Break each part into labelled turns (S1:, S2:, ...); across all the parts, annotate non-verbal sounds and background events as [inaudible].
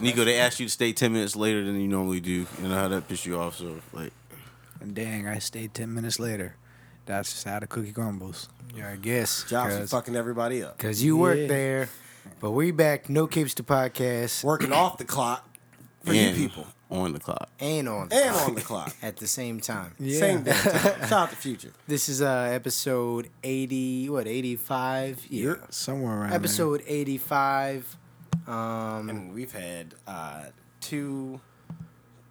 S1: Nico, they asked you to stay ten minutes later than you normally do. You know how that pissed you off, so like
S2: And dang, I stayed ten minutes later. That's just how the cookie crumbles.
S3: Yeah, I guess.
S4: Jobs
S3: cause,
S4: is fucking everybody up.
S3: 'cause you work
S2: Yeah.
S3: there. But we back, no capes to podcast
S4: Working off the clock for
S1: and
S4: you people
S1: on the clock.
S3: and on the
S4: and
S3: clock
S4: on the
S2: [laughs]
S4: clock.
S3: at the same time.
S4: Same damn time. Shout out to Future.
S3: This is uh episode eighty what, eighty five? Yeah. Mm-hmm.
S2: Somewhere around there.
S3: Episode eighty five. Um
S4: And we've had uh, two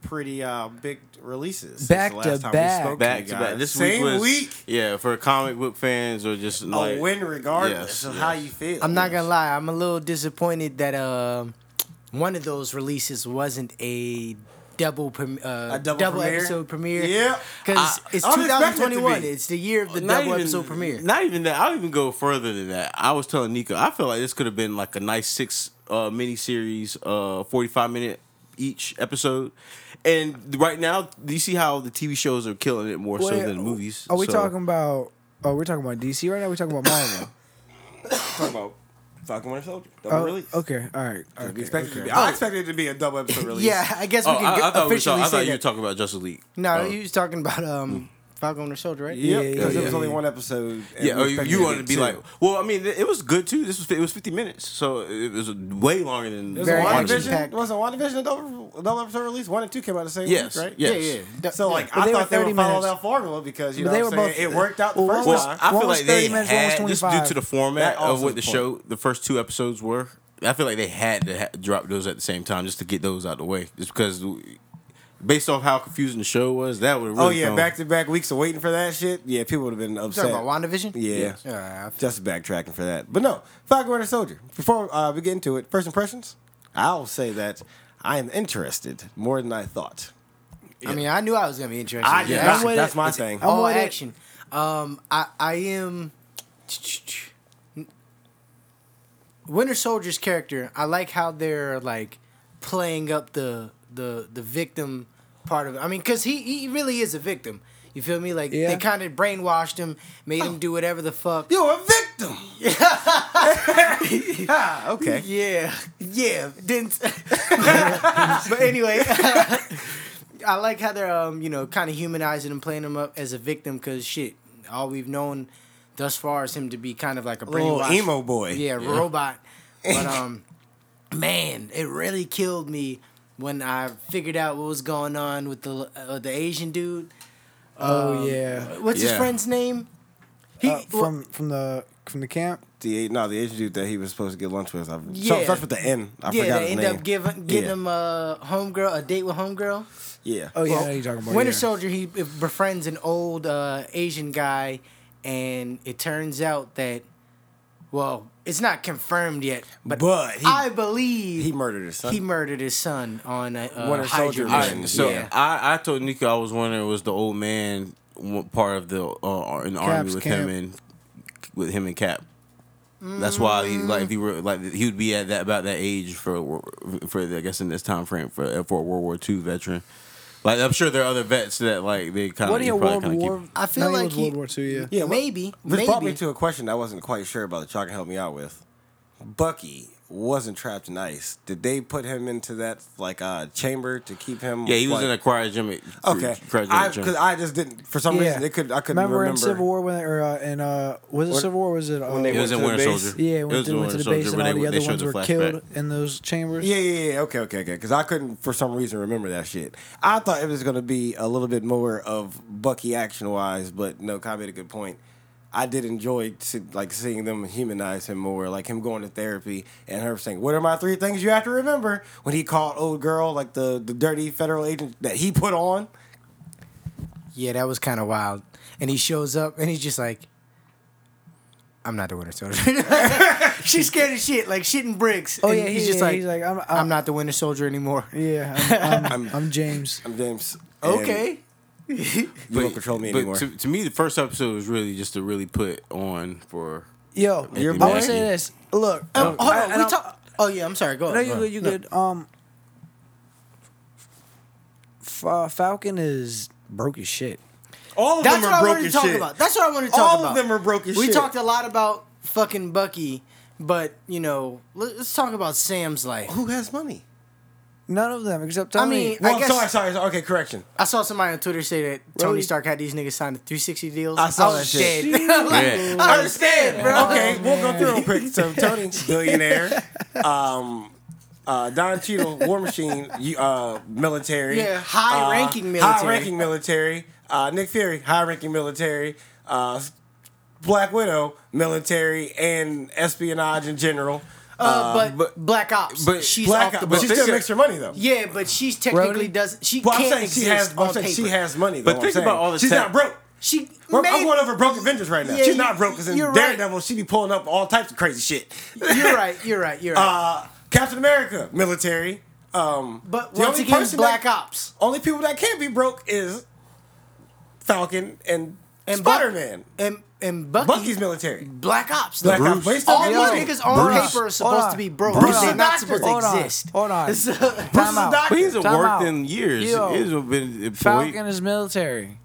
S4: pretty uh, big releases.
S2: Back
S4: since
S2: to
S4: the last time
S2: back.
S4: We spoke
S1: Back
S4: to,
S1: to
S4: you
S1: back.
S4: guys.
S1: This
S4: Same
S1: week was
S4: week,
S1: yeah for comic book fans or just like
S4: a win regardless
S1: yes,
S4: of
S1: yes.
S4: how you feel.
S3: I'm not gonna lie, I'm a little disappointed that um one of those releases wasn't a double prem- uh,
S4: A double premiere?
S3: episode premiere.
S4: Yeah.
S3: because
S1: I-
S3: it's
S4: I didn't expect it to
S3: 2021.
S4: be.
S3: It's the year of the
S1: Not
S3: double
S1: even-
S3: episode premiere.
S1: Not even that. I'll even go further than that. I was telling Nico, I feel like this could have been like a nice six uh mini series, uh forty five minute each episode. And right now, do you see how the TV shows are killing it more so
S2: Wait,
S1: than movies?
S2: Are we
S1: So-
S2: talking about? Oh, we're talking about DC right now. We're talking about Marvel.
S4: talk about fucking Winter Soldier. Double
S2: oh,
S4: release.
S2: okay, all right. Okay,
S4: We expected
S2: okay.
S4: to be. I expected it to be a double
S2: [laughs]
S4: episode release.
S3: Yeah, I guess we
S1: Oh,
S3: can
S1: I, I
S3: g-
S1: thought, we were
S3: officially
S1: talking, I
S3: say
S1: thought you were
S3: that.
S1: talking about Justice League.
S3: No,
S1: Oh.
S3: you was talking about um Falcon on the shoulder, right?
S2: Yeah,
S4: Yep,
S2: yeah,
S4: because
S2: yeah,
S4: it was
S2: yeah,
S4: only
S2: yeah.
S4: one episode. and
S1: Yeah,
S4: we
S1: or you,
S4: expected
S1: you wanted to be
S4: two.
S1: like, well, I mean, it was good too. This was it was fifty minutes, so it was way longer than
S4: It was
S3: Very
S4: a
S3: action
S4: WandaVision.
S3: packed.
S4: Was it WandaVision a double, a double episode release? One and two came out the same
S1: Yes,
S4: week, right?
S1: yes.
S3: Yeah, yeah.
S4: So like,
S2: But
S4: I
S2: they were
S4: thought they would
S2: 30
S4: follow
S2: minutes.
S4: that formula because you know
S2: But they
S4: what I'm
S2: were
S4: saying?
S2: both-
S4: it worked out the
S2: Well,
S4: first
S2: one
S1: Well,
S4: time.
S2: was-
S1: I
S2: one
S1: feel
S2: was
S1: like they
S2: 30 minutes, one was
S1: had just due
S2: 25.
S1: to the format
S4: That also
S1: of what the
S4: is a
S1: show, the first two episodes were. I feel like they had to ha- drop those at the same time just to get those out of the way, just because we- based off how confusing the show was, that would really.
S4: Oh yeah,
S1: thrown-
S4: back to back weeks of waiting for that shit. Yeah, people would have been upset.
S3: Talking about WandaVision?
S4: Yeah.
S3: Yeah, I feel-
S4: Just backtracking for that. But no, Falcon Winter Soldier. Before uh, we get into it, first impressions. I'll say that I am interested more than I thought.
S3: I mean, I knew I was gonna be interested.
S4: I
S3: in
S4: did
S3: that.
S4: not.
S3: I'm with
S4: That's
S3: it.
S4: my
S3: It's
S4: thing.
S3: All
S2: I'm with it.
S3: action. Um, I I am. Winter Soldier's character. I like how they're like playing up the the the victim part of it. I mean, cause he he really is a victim. You feel me? Like
S2: Yeah. Oh.
S3: they kind of brainwashed him, made him do whatever the fuck.
S4: You're a [laughs] victim. ah, okay.
S3: Yeah, yeah. Didn't. [laughs] but anyway, [laughs] I like how they're um you know kind of humanizing and playing him up as a victim because shit, all we've known thus far is him to be kind of like a
S4: Little
S3: brainwashed-
S4: emo boy. [laughs]
S3: Yeah, robot. But um, man, it really killed me when I figured out what was going on with the uh, the Asian dude.
S2: Oh yeah.
S3: What's his
S1: Yeah.
S3: friend's name? Um, He
S2: Uh, from from the from the camp.
S4: The no, the Asian dude that he was supposed to get lunch with. I, yeah.
S3: Yeah.
S4: Starts with the N. I
S3: yeah,
S4: forgot
S3: they
S4: his
S3: end
S4: name.
S3: up giving giving
S4: Yeah.
S3: him a homegirl a date with homegirl.
S4: yeah.
S2: Oh yeah,
S3: Well,
S2: I know you're talking about
S3: Winter
S2: yeah.
S3: Soldier, he befriends an old uh, Asian guy, and it turns out that, well, it's not confirmed yet, but,
S4: But he-
S3: I believe
S4: he murdered his son.
S3: He murdered his son on a uh,
S4: Winter Soldier
S3: Hydra
S4: mission.
S3: mission.
S1: So
S3: yeah.
S1: I, I told Nico I was wondering was the old man wa- part of the uh, in the army
S2: Cap's
S1: with him
S2: camp.
S1: and with him and Cap. That's
S4: Mm.
S1: why he like if he were like he would be at that about that age for wor- for I guess in this time frame for uh, for a World War II veteran. Like I'm sure there are other vets that like they kind
S2: What
S1: of
S2: do you
S1: probably
S2: World
S1: kind of
S2: War?
S1: keep.
S3: I feel
S2: No, he
S3: like
S2: was
S3: he-
S2: World War Two. Yeah.
S4: Yeah, well,
S3: maybe,
S4: This brought me
S3: maybe.
S4: to a question I wasn't quite sure about that y'all can help me out with. Bucky wasn't trapped in ice. Did they put him into that like uh chamber to keep him?
S1: Yeah, he was
S4: like-
S1: in a cryogenic.
S4: okay.
S1: cryogenic chamber.
S4: Because I, just didn't for some reason they could I couldn't remember.
S2: remember, in Civil War when or uh, in uh was it
S4: What-
S2: Civil War? or Was it? Uh,
S4: they
S1: it was in
S4: went to the
S1: Winter
S4: base.
S1: Soldier.
S2: yeah, when
S1: it was
S2: they
S1: in
S2: went
S1: Winter
S2: to the base
S1: Soldier
S2: and all
S1: when
S2: the
S1: they,
S2: other
S1: they showed
S2: ones
S1: the
S2: were
S1: flashback.
S2: killed in those chambers.
S4: Yeah, yeah, yeah. Okay, okay, okay. Because I couldn't for some reason remember that shit. I thought it was gonna be a little bit more of Bucky action wise, but no, Kai made a good point. I did enjoy see, like seeing them humanize him more, like him going to therapy and her saying, "What are my three things you have to remember?" When he called old girl like the the dirty federal agent that he put on.
S3: yeah, that was kind of wild. And he shows up, and he's just like, "I'm not the Winter Soldier." [laughs] She's scared of shit, like shit and bricks.
S2: Oh
S3: and
S2: yeah,
S3: he's
S2: he-
S3: just
S2: yeah,
S3: like,
S2: he's like I'm
S3: "I'm not the Winter Soldier anymore."
S2: Yeah, I'm, I'm, I'm James.
S4: I'm James. and
S3: Okay.
S4: you don't control me
S1: but
S4: anymore.
S1: To, to me, the first episode was really just to really put on for.
S2: Yo,
S1: Your
S2: I want
S1: boy?
S2: to say this. Look,
S3: Um, hold
S2: I-
S3: on,
S2: and
S3: we
S2: I'm-
S3: talk. Oh yeah, I'm sorry. Go on.
S2: No,
S3: go
S2: you
S3: on.
S2: good. You
S3: No.
S2: good. Um, Fa- uh, Falcon is broke as shit.
S4: All of
S3: That's
S4: them
S3: what
S4: are
S3: I
S4: broken
S3: wanted to talk
S4: shit.
S3: about. That's what I wanted to talk
S4: All
S3: about.
S4: of them are broken
S3: we
S4: shit.
S3: talked a lot about fucking Bucky, but you know, let- let's talk about Sam's life.
S4: Who has money?
S2: None of them except
S3: I
S2: Tony.
S3: mean,
S2: [laughs]
S4: Well,
S3: I guess
S4: sorry, sorry, sorry. Okay, correction.
S3: I saw somebody on Twitter say that Tony
S4: Really?
S3: Stark had these niggas sign the 360 deals.
S4: I saw
S3: was
S4: that shit. Uh,
S1: Yeah.
S3: dead. [laughs] I understand, bro.
S4: Okay, we'll go through real quick. So Tony, [laughs] billionaire. Um, uh, Don Cheadle, War Machine, you- uh, military.
S3: Yeah, high-ranking military.
S4: High-ranking military. Uh, Nick Fury, high-ranking military. Uh, Black Widow, military and espionage in general.
S3: Uh, but,
S1: but-
S3: Black Ops,
S1: but
S3: she's
S4: Black,
S3: off the
S4: but
S3: book.
S4: she still
S1: Think-
S4: makes her money though.
S3: yeah, but she's technically
S2: Rhodey?
S3: does she
S4: Well, I'm
S3: can't
S4: saying she has.
S3: exist
S4: I'm
S3: on
S4: saying she
S3: paper.
S4: has money.
S1: But
S4: though, I'm
S1: think
S4: saying.
S1: about all the
S4: She's
S1: tech-
S4: not broke.
S3: She
S4: We're-
S3: may-
S4: I'm going over broke Avengers right now.
S3: Yeah,
S4: she's
S3: you-
S4: not broke because in
S3: you're right.
S4: Daredevil she be pulling up all types of crazy shit.
S3: [laughs] You're right. You're right. You're right.
S4: Uh, Captain America, military. Um,
S3: but
S4: the
S3: once
S4: only
S3: again,
S4: person
S3: Black
S4: that-
S3: Ops.
S4: Only people that can't be broke is Falcon and,
S3: And Buck-
S4: Spider Man.
S3: And and Bucky,
S4: Bucky's military.
S3: Black Ops.
S4: Black
S1: Bruce.
S4: Ops. But he's still
S3: All
S4: got money.
S3: these niggas on
S2: Bruce.
S3: paper are
S2: Hold
S3: supposed
S2: on.
S3: to be broke.
S2: Bruce
S3: They're
S4: is
S3: not
S4: a
S3: supposed
S4: doctor.
S2: hold
S3: to
S2: on,
S3: exist.
S2: hold on.
S3: So- [laughs]
S4: Bruce
S2: Time
S4: is
S2: out.
S4: doctor.
S1: But he hasn't
S2: Time
S1: worked
S2: out.
S1: in years.
S2: Yo.
S1: He hasn't been employed.
S2: Falcon is military.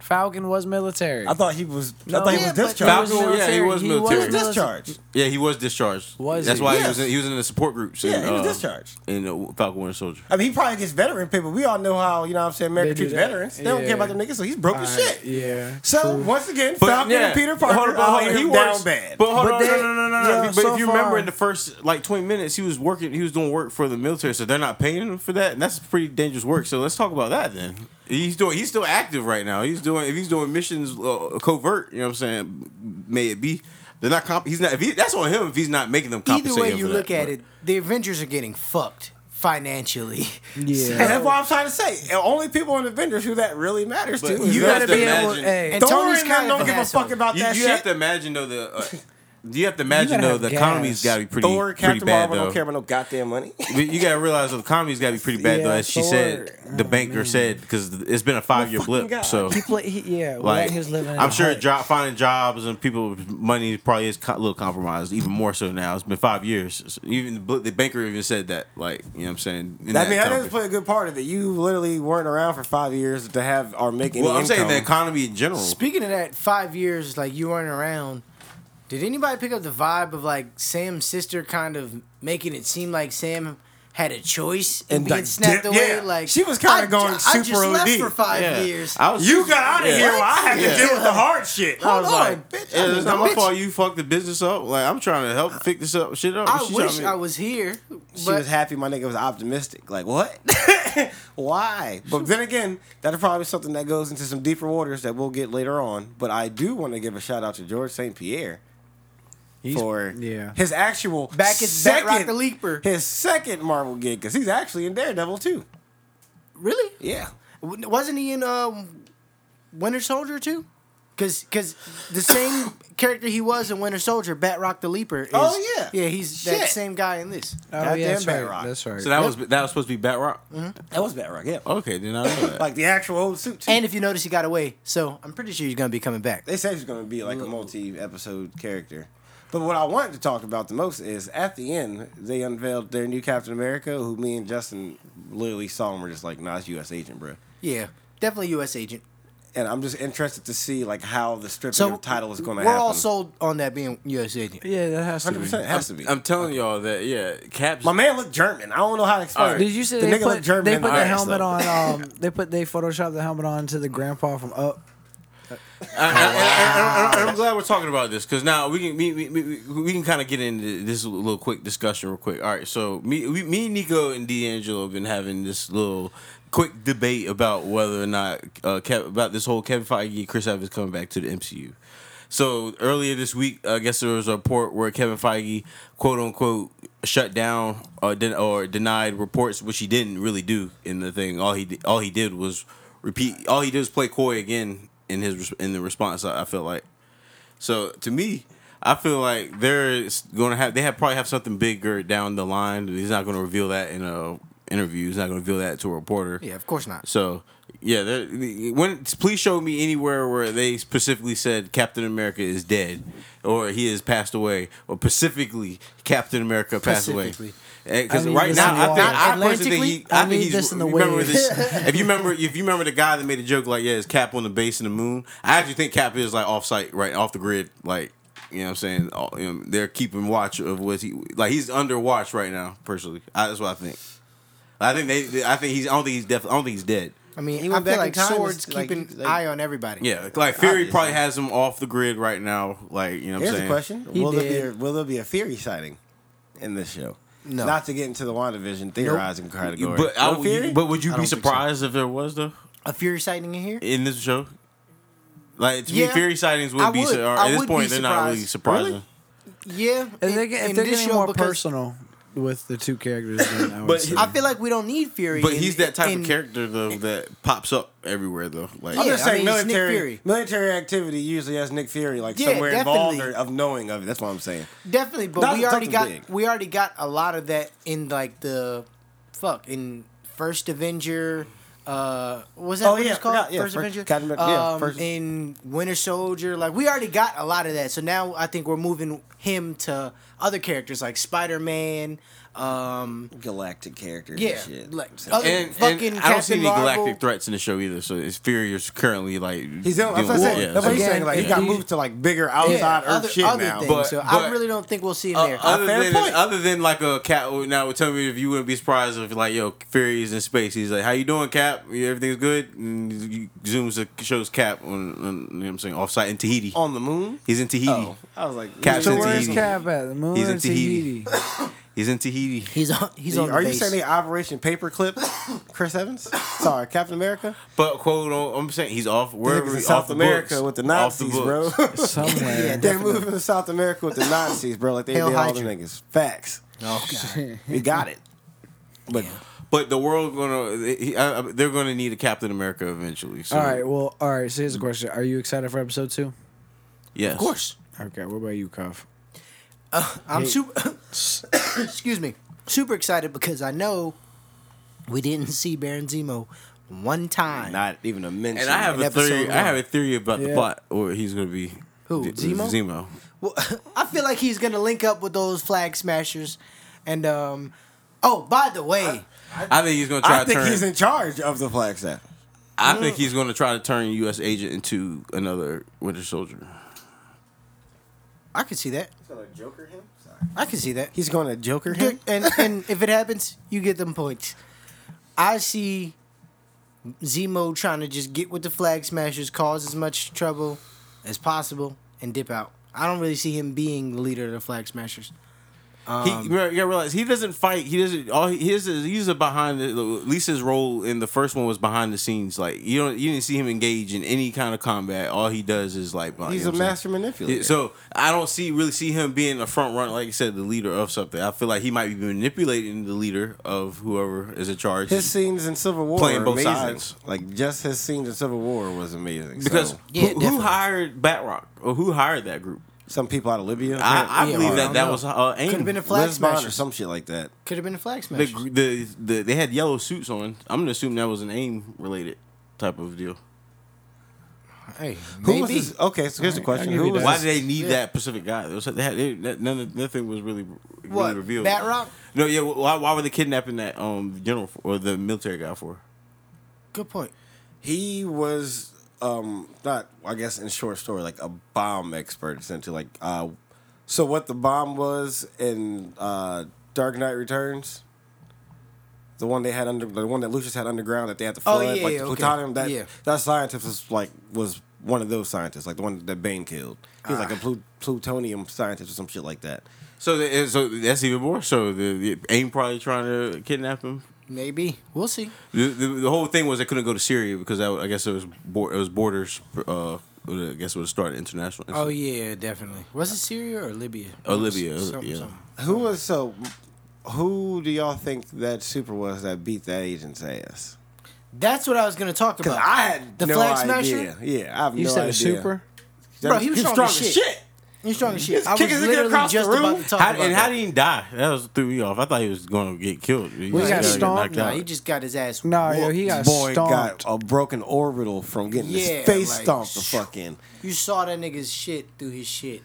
S2: Falcon was military.
S4: I thought he was. I
S2: No.
S4: thought he
S2: Yeah,
S4: was
S2: but
S4: discharged.
S1: Falcon, yeah, he was military.
S4: He was discharged.
S1: Yeah, he was discharged.
S2: Was
S1: That's
S2: he?
S1: why
S4: Yes.
S1: he was in, he was in the support groups.
S4: Yeah,
S1: in,
S4: he was
S1: uh,
S4: discharged.
S1: in uh, Falcon Winter Soldier.
S4: I mean, he probably gets veteran pay, but we all know how you know what I'm saying America
S2: They do
S4: treats
S2: that.
S4: veterans. They don't care
S2: Yeah.
S4: about them niggas, so he's broke as
S2: Alright,
S4: shit.
S2: yeah,
S4: So
S2: true.
S4: once again, Falcon and Peter Parker
S1: hold on,
S4: all
S1: hold on,
S4: in
S1: he
S4: down
S1: works-
S4: bad.
S1: But hold
S2: But
S1: on,
S2: they-
S1: no, no, no, no, no.
S2: yeah,
S1: but
S2: so
S1: if you remember
S2: far-
S1: in the first like twenty minutes, he was working. He was doing work for the military, so they're not paying him for that, and that's pretty dangerous work. So let's talk about that then. He's doing. He's still active right now. He's doing. If he's doing missions uh, covert, you know what I'm saying. May it be. They're not. Comp- he's not. If he, that's on him. If he's not making them.
S3: Either
S1: compensate
S3: way
S1: him
S3: you
S1: for
S3: look
S1: that,
S3: at
S1: but-
S3: it, the Avengers are getting fucked financially. [laughs]
S2: Yeah.
S4: And that's what I'm trying to say. The only people in Avengers who that really matters
S1: But
S4: to
S1: you
S4: is
S1: gotta
S4: those
S1: be
S4: that-
S1: able-
S2: hey,
S3: And
S4: Thor
S3: Tony's
S4: and
S3: kind
S4: them
S3: of
S4: don't
S3: an
S4: give a
S3: asshole.
S4: fuck about
S1: You,
S4: that
S1: you
S4: shit.
S1: have to imagine though the. Uh, you have to imagine
S2: gotta
S1: though
S2: have
S1: the
S2: gas.
S1: economy's got to be pretty
S4: Thor,
S1: pretty
S4: Captain
S1: bad
S4: Marvel
S1: though.
S4: don't care about no goddamn
S1: [laughs]
S4: money.
S1: But you gotta realize the economy's gotta be pretty bad though,
S2: Yeah,
S1: as she
S2: Thor.
S1: said. The
S2: Oh,
S1: banker said because it's been a five year blip.
S4: God.
S1: So
S2: He play, he, yeah, well,
S1: like,
S2: he was living. in
S1: I'm
S2: the
S1: sure
S2: hut.
S1: job, finding jobs and people money probably is co- a little compromised, even more so now. It's been five years. So even the, bl- the banker even said that. Like you know what I'm saying. in
S4: I mean, that
S1: company.
S4: does play a good part of it. You literally weren't around for five years to have or make any
S1: well, I'm
S4: income.
S1: saying the economy in general.
S3: Speaking of that, five years like you weren't around. Did anybody pick up the vibe of like Sam's sister kind of making it seem like Sam had a choice in
S4: And,
S3: being
S4: like,
S3: snapped
S4: dip-
S3: away?
S4: yeah.
S3: Like
S4: She was kinda
S3: I ju-
S4: going
S3: I just
S4: super
S3: left
S4: OD.
S3: for five
S1: Yeah.
S3: years.
S1: I was,
S4: you got out of
S1: Yeah.
S4: here while I had
S1: Yeah.
S4: to deal with the hard shit.
S1: I was
S3: Hold on,
S1: like,
S3: bitch.
S1: yeah,
S3: I mean,
S1: it's not my
S3: bitch.
S1: fault. You fucked the business up. Like I'm trying to help fix this up, shit up.
S3: I
S1: She trying
S3: wish
S1: to-
S3: I was here. But
S4: She was happy my nigga was optimistic. Like, what? [laughs] Why? But then again, that's probably something that goes into some deeper waters that we'll get later on. But I do want to give a shout out to George St. Pierre for
S2: yeah.
S4: his actual
S3: Back at Bat Rock the Leaper.
S4: his second Marvel gig because he's actually in Daredevil too.
S3: Really?
S4: Yeah.
S3: W- Wasn't he in um, Winter Soldier too? Because cause the same character he was in Winter Soldier, Batrock the Leaper. Is,
S4: Oh, yeah.
S3: yeah, he's that
S4: Shit.
S3: same guy in this.
S2: Oh, yeah, that's
S4: Goddamn
S2: right.
S4: Batrock.
S2: That's right.
S1: So that was that was supposed to be Batrock.
S4: That was Bat Rock. Yeah.
S1: Mm-hmm. Okay, then I know that.
S4: Like the actual old suit. Too.
S3: And if you notice, he got away. So I'm pretty sure he's gonna be coming back.
S4: They said he's going to be like a multi-episode character. But what I wanted to talk about the most is at the end they unveiled their new Captain America, who me and Justin literally saw and were just like, "Nah, it's U.S. agent, bro."
S3: Yeah, definitely U.S. agent.
S4: And I'm just interested to see like how the stripping
S3: So
S4: of title is going to
S3: We're
S4: happen.
S3: all sold on that being U.S. agent.
S2: yeah, that has to be.
S4: 100% has to be.
S1: I'm telling y'all that yeah, Cap's
S4: My man looked German. I don't know how to explain.
S1: Alright.
S4: it.
S2: Did you say
S4: the
S2: they
S4: nigga
S2: put,
S4: looked German?
S2: they
S4: in
S2: put the
S1: eyes,
S2: helmet
S4: though.
S2: on? Um, they put they photoshopped the helmet on to the grandpa from Up.
S1: and, and- and- and- and I'm glad we're talking about this because now we can we, we, we, we can kind of get into this little quick discussion real quick. All right, so me we, me Nico and D'Angelo have been having this little quick debate about whether or not uh, Kev, about this whole Kevin Feige Chris Evans coming back to the MCU. So earlier this week, I guess there was a report where Kevin Feige, quote unquote, shut down or, den- or denied reports, which he didn't really do in the thing. All he di- all he did was repeat. All he did was play coy again in his res- in the response. I, I feel like so to me. I feel like they're gonna have they have probably have something bigger down the line. He's not gonna reveal that in a interview. He's not gonna reveal that to a reporter.
S3: Yeah, of course not.
S1: So yeah, there- when please show me anywhere where they specifically said Captain America is dead, or he has passed away, or specifically Captain America passed away.
S3: Specifically.
S1: Because
S2: I need
S1: right
S2: this
S1: now, I think,
S2: in the
S1: I
S2: water.
S1: personally think he,
S2: I
S1: I think
S2: need
S1: he's
S2: this in the
S1: remember
S2: wave.
S3: [laughs]
S1: this. If you remember, if you remember the guy that made a joke like, "Yeah, it's Cap on the base in the moon." I actually think Cap is like off site, right off the grid, like. You know what I'm saying? All, you know, they're keeping watch of what he like. He's under watch right now, personally. I, that's what I think. I think they, they- I think he's. I don't think he's def, I don't think he's dead.
S3: I mean,
S5: He
S3: I
S5: went
S3: feel
S5: back in
S3: like
S5: time to-
S3: swords
S5: like,
S3: keeping
S5: like-
S3: eye on everybody.
S1: Yeah, like Fury
S4: Obviously.
S1: probably has him off the grid right now. Like you know, what
S4: Here's
S1: I'm saying.
S4: a question:
S3: He
S4: Will there be
S3: did.
S4: a, will there be a Fury sighting in this show?
S3: No.
S4: Not to get into the WandaVision theorizing category,
S1: But I
S4: No
S1: would-
S4: Fury?
S1: but would you
S3: I
S1: be
S3: don't think so.
S1: surprised if there was though
S3: A fury sighting in here.
S1: in this show? Like to
S3: Yeah.
S1: me, Fury sightings would
S3: I
S1: be
S3: would-
S1: or
S3: I
S1: at this
S3: would
S1: point
S3: be
S1: they're not really surprising.
S4: Really?
S3: Yeah,
S2: If
S3: in-
S2: they're, get-
S3: in
S2: if they're
S3: this
S2: getting
S3: show
S2: more
S3: because
S2: personal with the two characters, then I would
S1: But
S2: say.
S3: I feel like we don't need fury.
S1: But
S3: in-
S1: he's that type
S3: in-
S1: of character though that pops up everywhere though. Like
S4: I'm
S3: Yeah,
S4: just
S3: I
S4: saying
S3: mean, it's Nick
S4: military
S3: Fury.
S4: military activity usually has Nick Fury like
S3: Yeah,
S4: somewhere
S3: definitely.
S4: involved or of knowing of it. That's what I'm saying.
S3: Definitely, but
S4: Not
S3: we already
S4: something
S3: got
S4: big.
S3: we already got a lot of that in like the fuck in First Avenger. Uh, was that
S4: Oh,
S3: what
S4: yeah,
S3: it's called?
S4: forgot, yeah,
S3: First
S4: Fir-
S3: Avenger.
S4: Captain Amer-
S3: um,
S4: yeah, First-
S3: in Winter Soldier, like we already got a lot of that. So now I think we're moving him to other characters like Spider Man. Um,
S4: Galactic characters.
S3: yeah, like
S4: uh,
S3: other
S1: and, and
S3: fucking
S1: I
S3: Captain
S1: don't see any
S3: Marvel.
S1: galactic threats in the show either. So it's Fury is currently like
S4: He's doing,
S1: dealing
S4: that's what I'm
S1: with-
S4: saying.
S1: yeah,
S4: that's what
S1: so-
S4: he's
S3: Again,
S4: saying. Like he
S3: if
S4: got
S3: you-
S4: moved to like bigger outside
S3: yeah,
S4: Earth
S3: other,
S4: shit
S3: other
S4: now.
S3: things.
S1: But-
S3: so I
S1: but-
S3: really don't think we'll see him
S1: Uh,
S3: there.
S1: other
S4: fair
S1: than
S4: point.
S1: other than like a cat now tell me if you wouldn't be surprised if like yo Fury's in space he's like how you doing Cap You- everything's good and you- zooms to shows Cap on, on you know what I'm saying offsite in Tahiti
S4: on the moon.
S1: he's in Tahiti
S4: Oh, I was like,
S1: Captain
S2: so
S1: in
S2: where's
S1: Tahiti.
S2: Cap at? The moon
S1: He's
S2: or
S1: in [laughs] Tahiti. he's in Tahiti
S3: he's on. He's on.
S4: Are you
S3: the base.
S4: saying the Operation Paperclip? Chris Evans? Sorry, Captain America?
S1: but quote on, I'm saying he's off wherever
S4: Niggas in
S1: he's
S4: South
S1: off the
S4: America
S1: books,
S4: with the
S1: Off the
S4: Nazis, bro. [laughs]
S1: books.
S2: Somewhere.
S4: They're moving to South America [laughs] with the Nazis, bro. Like they
S3: Hail
S4: did all the
S3: Hydra.
S4: niggas. Facts.
S3: Oh, God.
S4: We got it. But
S1: but the world gonna he- I- I- they're gonna need a Captain America eventually so
S2: all right. Well, all right. So here's the question: Are you excited for episode two?
S1: yes
S3: Of course.
S2: Okay. What about you, Cuff?
S3: I'm super. [coughs] excuse me. Super excited because I know we didn't see Baron Zemo one time.
S4: not even a mention.
S1: and I have
S3: In
S1: a
S3: episode
S1: theory I
S3: one.
S1: have a theory about the
S2: Yeah.
S1: plot or he's gonna be uh,
S3: Who, Zemo?
S1: Zemo
S3: Well, [laughs] I feel like he's gonna link up with those flag smashers, and um. Oh, by the way,
S1: I think he's gonna try
S4: I
S1: to
S4: think
S1: turn
S4: he's in charge of the flag set.
S1: I think he's going to try to turn U.S. agent into another Winter Soldier.
S3: I can see that. I can see that.
S4: He's going to Joker him.
S3: Good.
S4: [laughs]
S3: And and if it happens, you get them points. I see Zemo trying to just get with the flag smashers, cause as much trouble as possible, and dip out. I don't really see him being the leader of the flag smashers.
S1: he, you gotta you gotta realize he doesn't fight. He doesn't. All he, his is he's a behind. The, at least his role in the first one was behind the scenes. Like you don't you didn't see him engage in any kind of combat. All he does is like Oh, you
S4: He's
S1: know
S4: a
S1: what I'm saying?
S4: master manipulator.
S1: Yeah, so I don't see really see him being a front runner, like you said, the leader of something. I feel like he might be manipulating the leader of whoever is in charge.
S4: his scenes in Civil War
S1: Playing
S4: are
S1: both
S4: amazing.
S1: sides.
S4: Like just his scenes in Civil War was amazing.
S1: because
S4: So,
S3: Yeah,
S1: who, who
S3: definitely.
S1: hired Batrock or who hired that group?
S4: some people out of Libya,
S1: I, I
S3: Yeah,
S1: believe
S3: I
S1: that
S3: don't
S1: that
S3: know.
S1: was uh, aim.
S3: Could have been a flag
S4: Lisbon or
S3: smasher.
S4: some shit like that.
S3: Could have been a flag
S1: the,
S3: smasher.
S1: the the they had yellow suits on. I'm gonna assume that was an aim related type of deal.
S3: Hey,
S4: Who was
S3: maybe.
S4: this? Okay, so here's the question:
S2: give
S4: Who
S2: you
S4: was
S2: that.
S1: Why
S4: this-
S1: did they need
S3: Yeah.
S1: that Pacific guy? There was- they had- they- that- none of- nothing was really, really
S3: What,
S1: revealed.
S3: Batroc?
S1: No, yeah. wh- Why, why were they kidnapping that um general for, or the military guy for?
S3: Good point.
S4: he was um not I guess in short story like a bomb expert essentially like uh so what the bomb was in uh Dark Knight Returns the one they had under the one that Lucius had underground that they had to
S3: Oh,
S4: flood
S3: yeah,
S4: like
S3: yeah,
S4: the
S3: okay.
S4: plutonium that
S3: Yeah.
S4: that scientist was like was one of those scientists like the one that Bane killed he was like a plut- plutonium scientist or some shit like that
S1: So the, eh, so that's even more. So the, the aim probably trying to kidnap him.
S3: Maybe we'll see.
S1: The, the, the whole thing was they couldn't go to Syria because that, I guess it was bor- it was borders. Uh, I guess it would start international.
S3: Oh yeah, definitely. Was it Syria or Libya?
S1: Or Libya,
S3: Something-
S1: yeah.
S3: something.
S4: who was so who do y'all think that super was that beat that agent's ass
S3: That's what I was gonna talk
S4: Cause
S3: about.
S4: I had
S3: the
S4: no
S3: flag
S4: idea.
S3: smasher.
S4: Yeah, I have
S2: You
S4: no
S2: said
S4: idea.
S2: a super.
S3: Bro, he was strong as shit. You're strong as shit. I was
S4: kicking his nigga
S3: literally
S4: across the
S3: just
S4: room.
S3: about to talk
S1: How,
S3: about
S1: and
S3: that.
S1: how did he die? That was threw me off. I thought he was going to get killed. He just
S2: got
S1: gotta get
S2: stomped.
S1: knocked
S3: Nah,
S1: out.
S3: he just got his ass.
S2: No,
S3: whooped.
S2: yo, he got
S4: Boy got
S2: stomped.
S4: a broken orbital from getting
S3: Yeah,
S4: his face
S3: like,
S4: stomped the fucking.
S3: You saw that nigga's shit through his shit.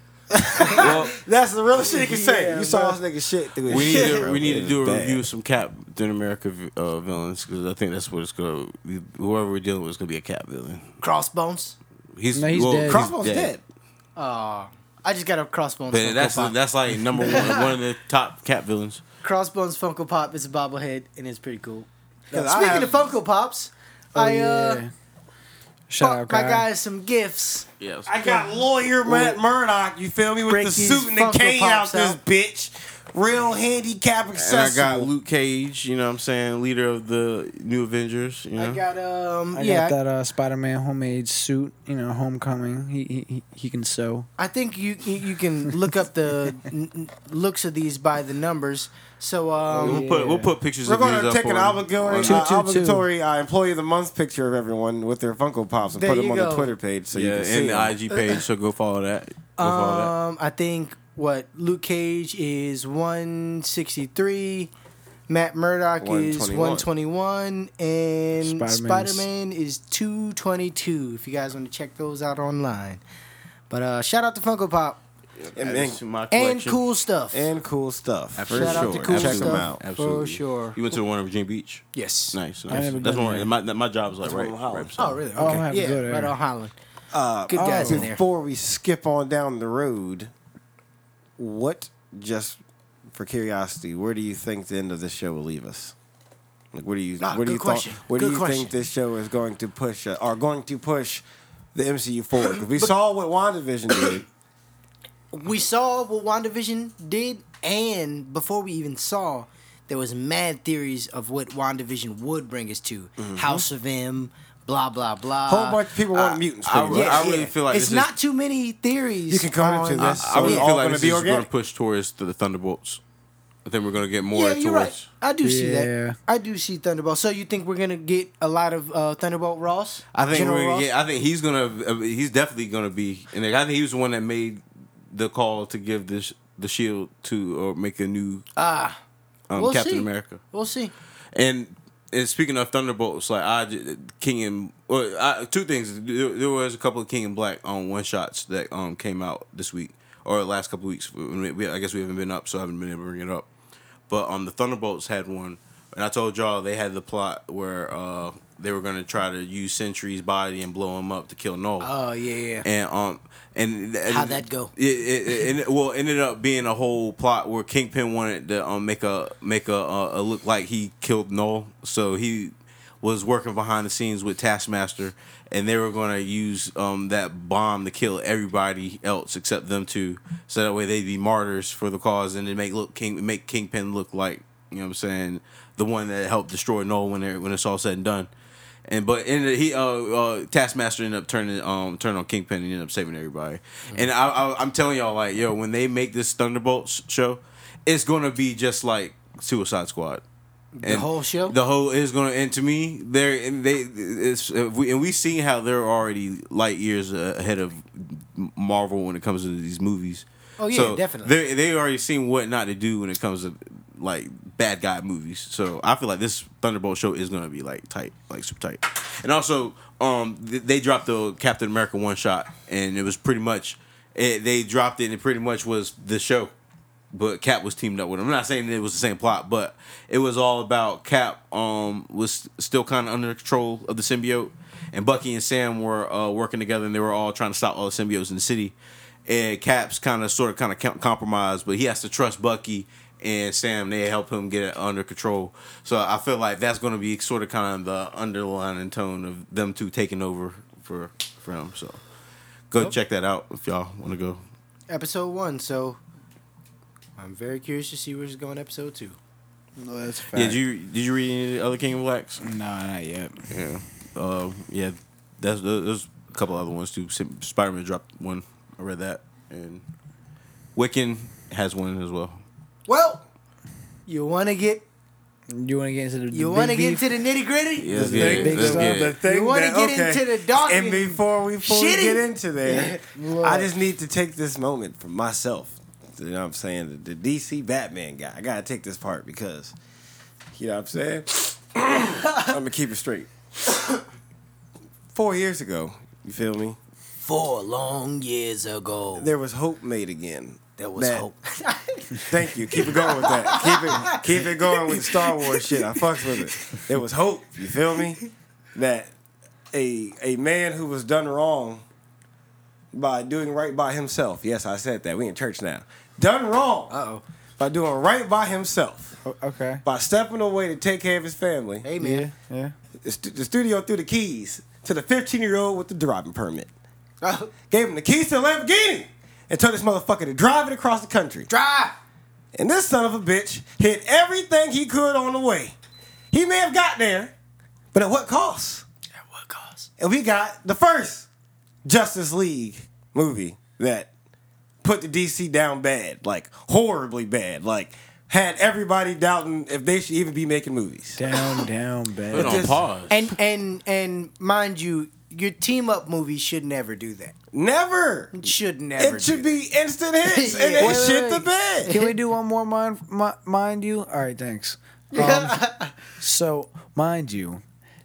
S4: That's the real shit you can [laughs] say.
S2: Yeah,
S4: you saw this nigga shit through his
S1: We need
S4: shit.
S1: to,
S4: bro.
S1: we need
S4: [laughs]
S1: to
S4: It's
S1: do a
S4: bad.
S1: review of some Captain America uh, villains because I think that's what it's going. to Whoever we're dealing with is going to be a Cap villain.
S3: Crossbones.
S1: He's,
S2: No, he's dead.
S4: Crossbones dead.
S3: Uh, I just got a crossbones.
S1: But
S3: Funko
S1: that's
S3: Pop.
S1: that's like number one, one of the top Cap villains.
S3: Crossbones Funko Pop is a bobblehead and it's pretty cool.
S4: 'Cause I
S3: Speaking
S4: have-
S3: of Funko Pops,
S2: Oh,
S3: I uh,
S2: yeah. Shout out,
S3: bought my
S2: Kyle.
S3: guys some gifts.
S1: Yes.
S4: I got lawyer Matt Murdock, you feel me, with
S3: Break
S4: the
S3: these
S4: suit and the
S3: Funko
S4: cane out
S3: Pops
S4: this
S3: out.
S4: bitch. Real handicap
S1: and I
S4: accessible.
S1: got Luke Cage, you know what I'm saying, leader of the New Avengers, you know.
S3: I got um
S2: I
S3: yeah.
S2: got that uh, Spider-Man homemade suit. You know, homecoming. He he he, he can sew.
S3: I think you you you can look
S2: [laughs]
S3: up the n- n- looks of these by the numbers. So um,
S1: we'll put we'll put pictures
S4: We're
S1: of these
S4: going to
S1: up
S4: take an
S1: on-
S4: obligatory,
S1: on-
S2: Two,
S4: uh,
S2: two, two.
S4: obligatory uh, employee of the month picture of everyone with their Funko Pops and
S3: There
S4: put them
S3: you
S4: on the
S3: go.
S4: Twitter page so you
S1: yeah,
S4: can see.
S1: and the
S4: them.
S1: IG page, so go follow that. Go follow
S3: Um, I think what Luke Cage is 163, Matt Murdock is 121, and
S2: Spider-Man's-
S3: Spider Man is 222. If you guys want to check those out online, but uh, shout out to Funko Pop
S1: that.
S4: and-
S1: Add it to my
S3: and
S1: collection.
S3: cool stuff.
S4: And cool stuff.
S1: For
S3: shout out
S1: sure,
S3: to cool
S4: Check
S1: absolutely.
S4: them
S3: stuff
S4: out.
S1: Absolutely.
S3: for sure.
S1: You went to the one in Virginia Beach.
S3: Yes.
S1: Nice.
S2: I
S1: nice.
S2: haven't
S1: That's
S2: been
S1: one.
S2: there.
S1: My my job's like right.
S4: Holland.
S1: right beside
S3: Oh really? Okay.
S2: I'll have to
S3: yeah,
S2: go there. um,
S3: right on Holland.
S4: Uh,
S3: Good guys in there.
S4: Before we skip on down the road, what just for curiosity, where do you think the end of this show will leave us? Like, where do you?
S3: Ah,
S4: where do
S3: good
S4: you
S3: question.
S4: Thought, where do
S3: Good
S4: you think
S3: question.
S4: this show is going to push? Uh, are going to push the MCU forward?
S3: [clears throat]
S4: 'Cause We saw what WandaVision did.
S3: we saw what WandaVision did, and before we even saw, there was mad theories of what WandaVision would bring us to
S1: Mm-hmm.
S3: House of M, blah blah blah.
S4: Whole bunch of people
S3: uh,
S4: want mutants.
S1: I
S4: pretty
S1: re-
S4: much.
S1: I really feel like this
S3: it's
S1: is-
S3: not too many theories.
S4: You can come
S3: on-
S4: into this.
S1: I, I really
S4: Yeah.
S1: feel
S4: All
S1: like
S4: gonna
S1: this
S4: be
S1: is going
S4: organic.
S1: to push towards the, the Thunderbolts. I think we're going to get more
S3: Yeah,
S1: towards.
S3: you're right. I do see
S2: Yeah.
S3: that. I do see Thunderbolt. So you think we're gonna get a lot of uh, Thunderbolt Ross?
S1: I think
S3: General
S1: we're gonna
S3: Ross?
S1: get, I think he's going to. He's definitely going to be. And I think he was the one that made the call to give this the shield to or make a new
S3: Ah,
S1: um,
S3: we'll
S1: Captain
S3: see.
S1: America.
S3: We'll see.
S1: And and speaking of Thunderbolts, like I j- King and well, I, two things. There, there was a couple of King and Black on one shots that um came out this week or last couple of weeks. We, we- I guess we haven't been up, so I haven't been able to bring it up. But um, the Thunderbolts had one, and I told y'all they had the plot where uh they were gonna try to use Sentry's body and blow him up to kill Null.
S3: Oh yeah, yeah.
S1: And um and th-
S3: How'd that go?
S1: It, it, it, and it- well ended up being a whole plot where Kingpin wanted to um make a make a, a, a look like he killed Noel, so he was working behind the scenes with Taskmaster, and they were going to use um that bomb to kill everybody else except them two, so that way they'd be martyrs for the cause, and then make look King make Kingpin look like you know what I'm saying the one that helped destroy Noel when they, when it's all said and done. And but in the, he uh, uh Taskmaster ended up turning um turn on Kingpin and ended up saving everybody. And I, I I'm telling y'all like yo when they make this Thunderbolts show, it's gonna be just like Suicide Squad. The
S3: whole show?
S1: The whole is gonna and to me they're and they it's if we and we see how they're already light years uh, ahead of Marvel when it comes to these movies.
S3: Oh, yeah, definitely.
S1: They they already seen what not to do when it comes to like bad guy movies. So I feel like this Thunderbolt show is gonna be like tight, like super tight. And also, um, th- they dropped the Captain America one shot, and it was pretty much it, they dropped it, and it pretty much was the show. But Cap was teamed up with him. I'm not saying that it was the same plot, but it was all about Cap um was still kind of under control of the symbiote, and Bucky and Sam were uh, working together, and they were all trying to stop all the symbiotes in the city and Cap's kind of sort of kind of compromised, but he has to trust Bucky and Sam. They help him get it under control. So I feel like that's going to be sort of kind of the underlying tone of them two taking over for for him. So go check that out if y'all want to go.
S3: Episode one. So I'm very curious to see where's going. Episode two.
S2: No, that's
S1: Yeah, did you did you read any of the other King of Blacks?
S2: no, not yet.
S1: Yeah, uh, yeah. That's there's a couple other ones too. Spider Man dropped one. I read that, and Wiccan has one as well.
S3: Well, you want to get
S2: You want to get into the
S3: you want to get into the nitty gritty.
S1: Yeah, let's
S4: The
S1: get
S4: thing-
S1: it.
S2: big
S1: Let's
S2: stuff.
S1: get it.
S4: the thing
S3: You wanna
S4: that-
S3: get into the dark
S4: And
S3: and
S4: before we before we
S3: shitty?
S4: get into
S3: [laughs]
S4: there,
S2: Look.
S4: I just need to take this moment for myself. You know what I'm saying? The, the DC Batman guy. I gotta take this part because you know what I'm saying? [coughs] I'm gonna keep it straight. [coughs] Four years ago, you feel me?
S3: Four long years ago.
S4: There was hope made again.
S3: There was
S4: That-
S3: hope.
S4: Thank you. Keep it going with that. Keep it keep it going with the Star Wars shit. I fucked with it. There was hope, you feel me? That a a man who was done wrong by doing right by himself. Yes, I said that. We in church now. Done wrong
S3: Uh oh.
S4: by doing right by himself,
S2: O- Oh, Okay.
S4: by stepping away to take care of his family.
S3: [laughs] Hey man,
S2: Yeah. Yeah.
S4: The, stu- the studio threw the keys to the 15 year old with the driving permit.
S3: Uh,
S4: Gave him the keys to the Lamborghini and told this motherfucker to drive it across the country.
S3: drive.
S4: And this son of a bitch hit everything he could on the way. He may have got there, but at what cost?
S3: At what cost?
S4: And we got the first Justice League movie that put the DC down bad, like horribly bad, like had everybody doubting if they should even be making movies.
S2: Down, down, bad.
S1: Put on
S4: just-
S1: pause.
S3: And and and mind you, your team up movie should never do that.
S4: Never.
S3: It should never.
S4: It should
S3: do
S4: be
S3: [laughs]
S4: instant hits and
S3: Yeah.
S4: they
S3: Wait, wait,
S4: shit the
S2: wait.
S4: bed.
S2: Can we do one more mind, mi- mind you? All right, thanks. [laughs] Um, so, mind you,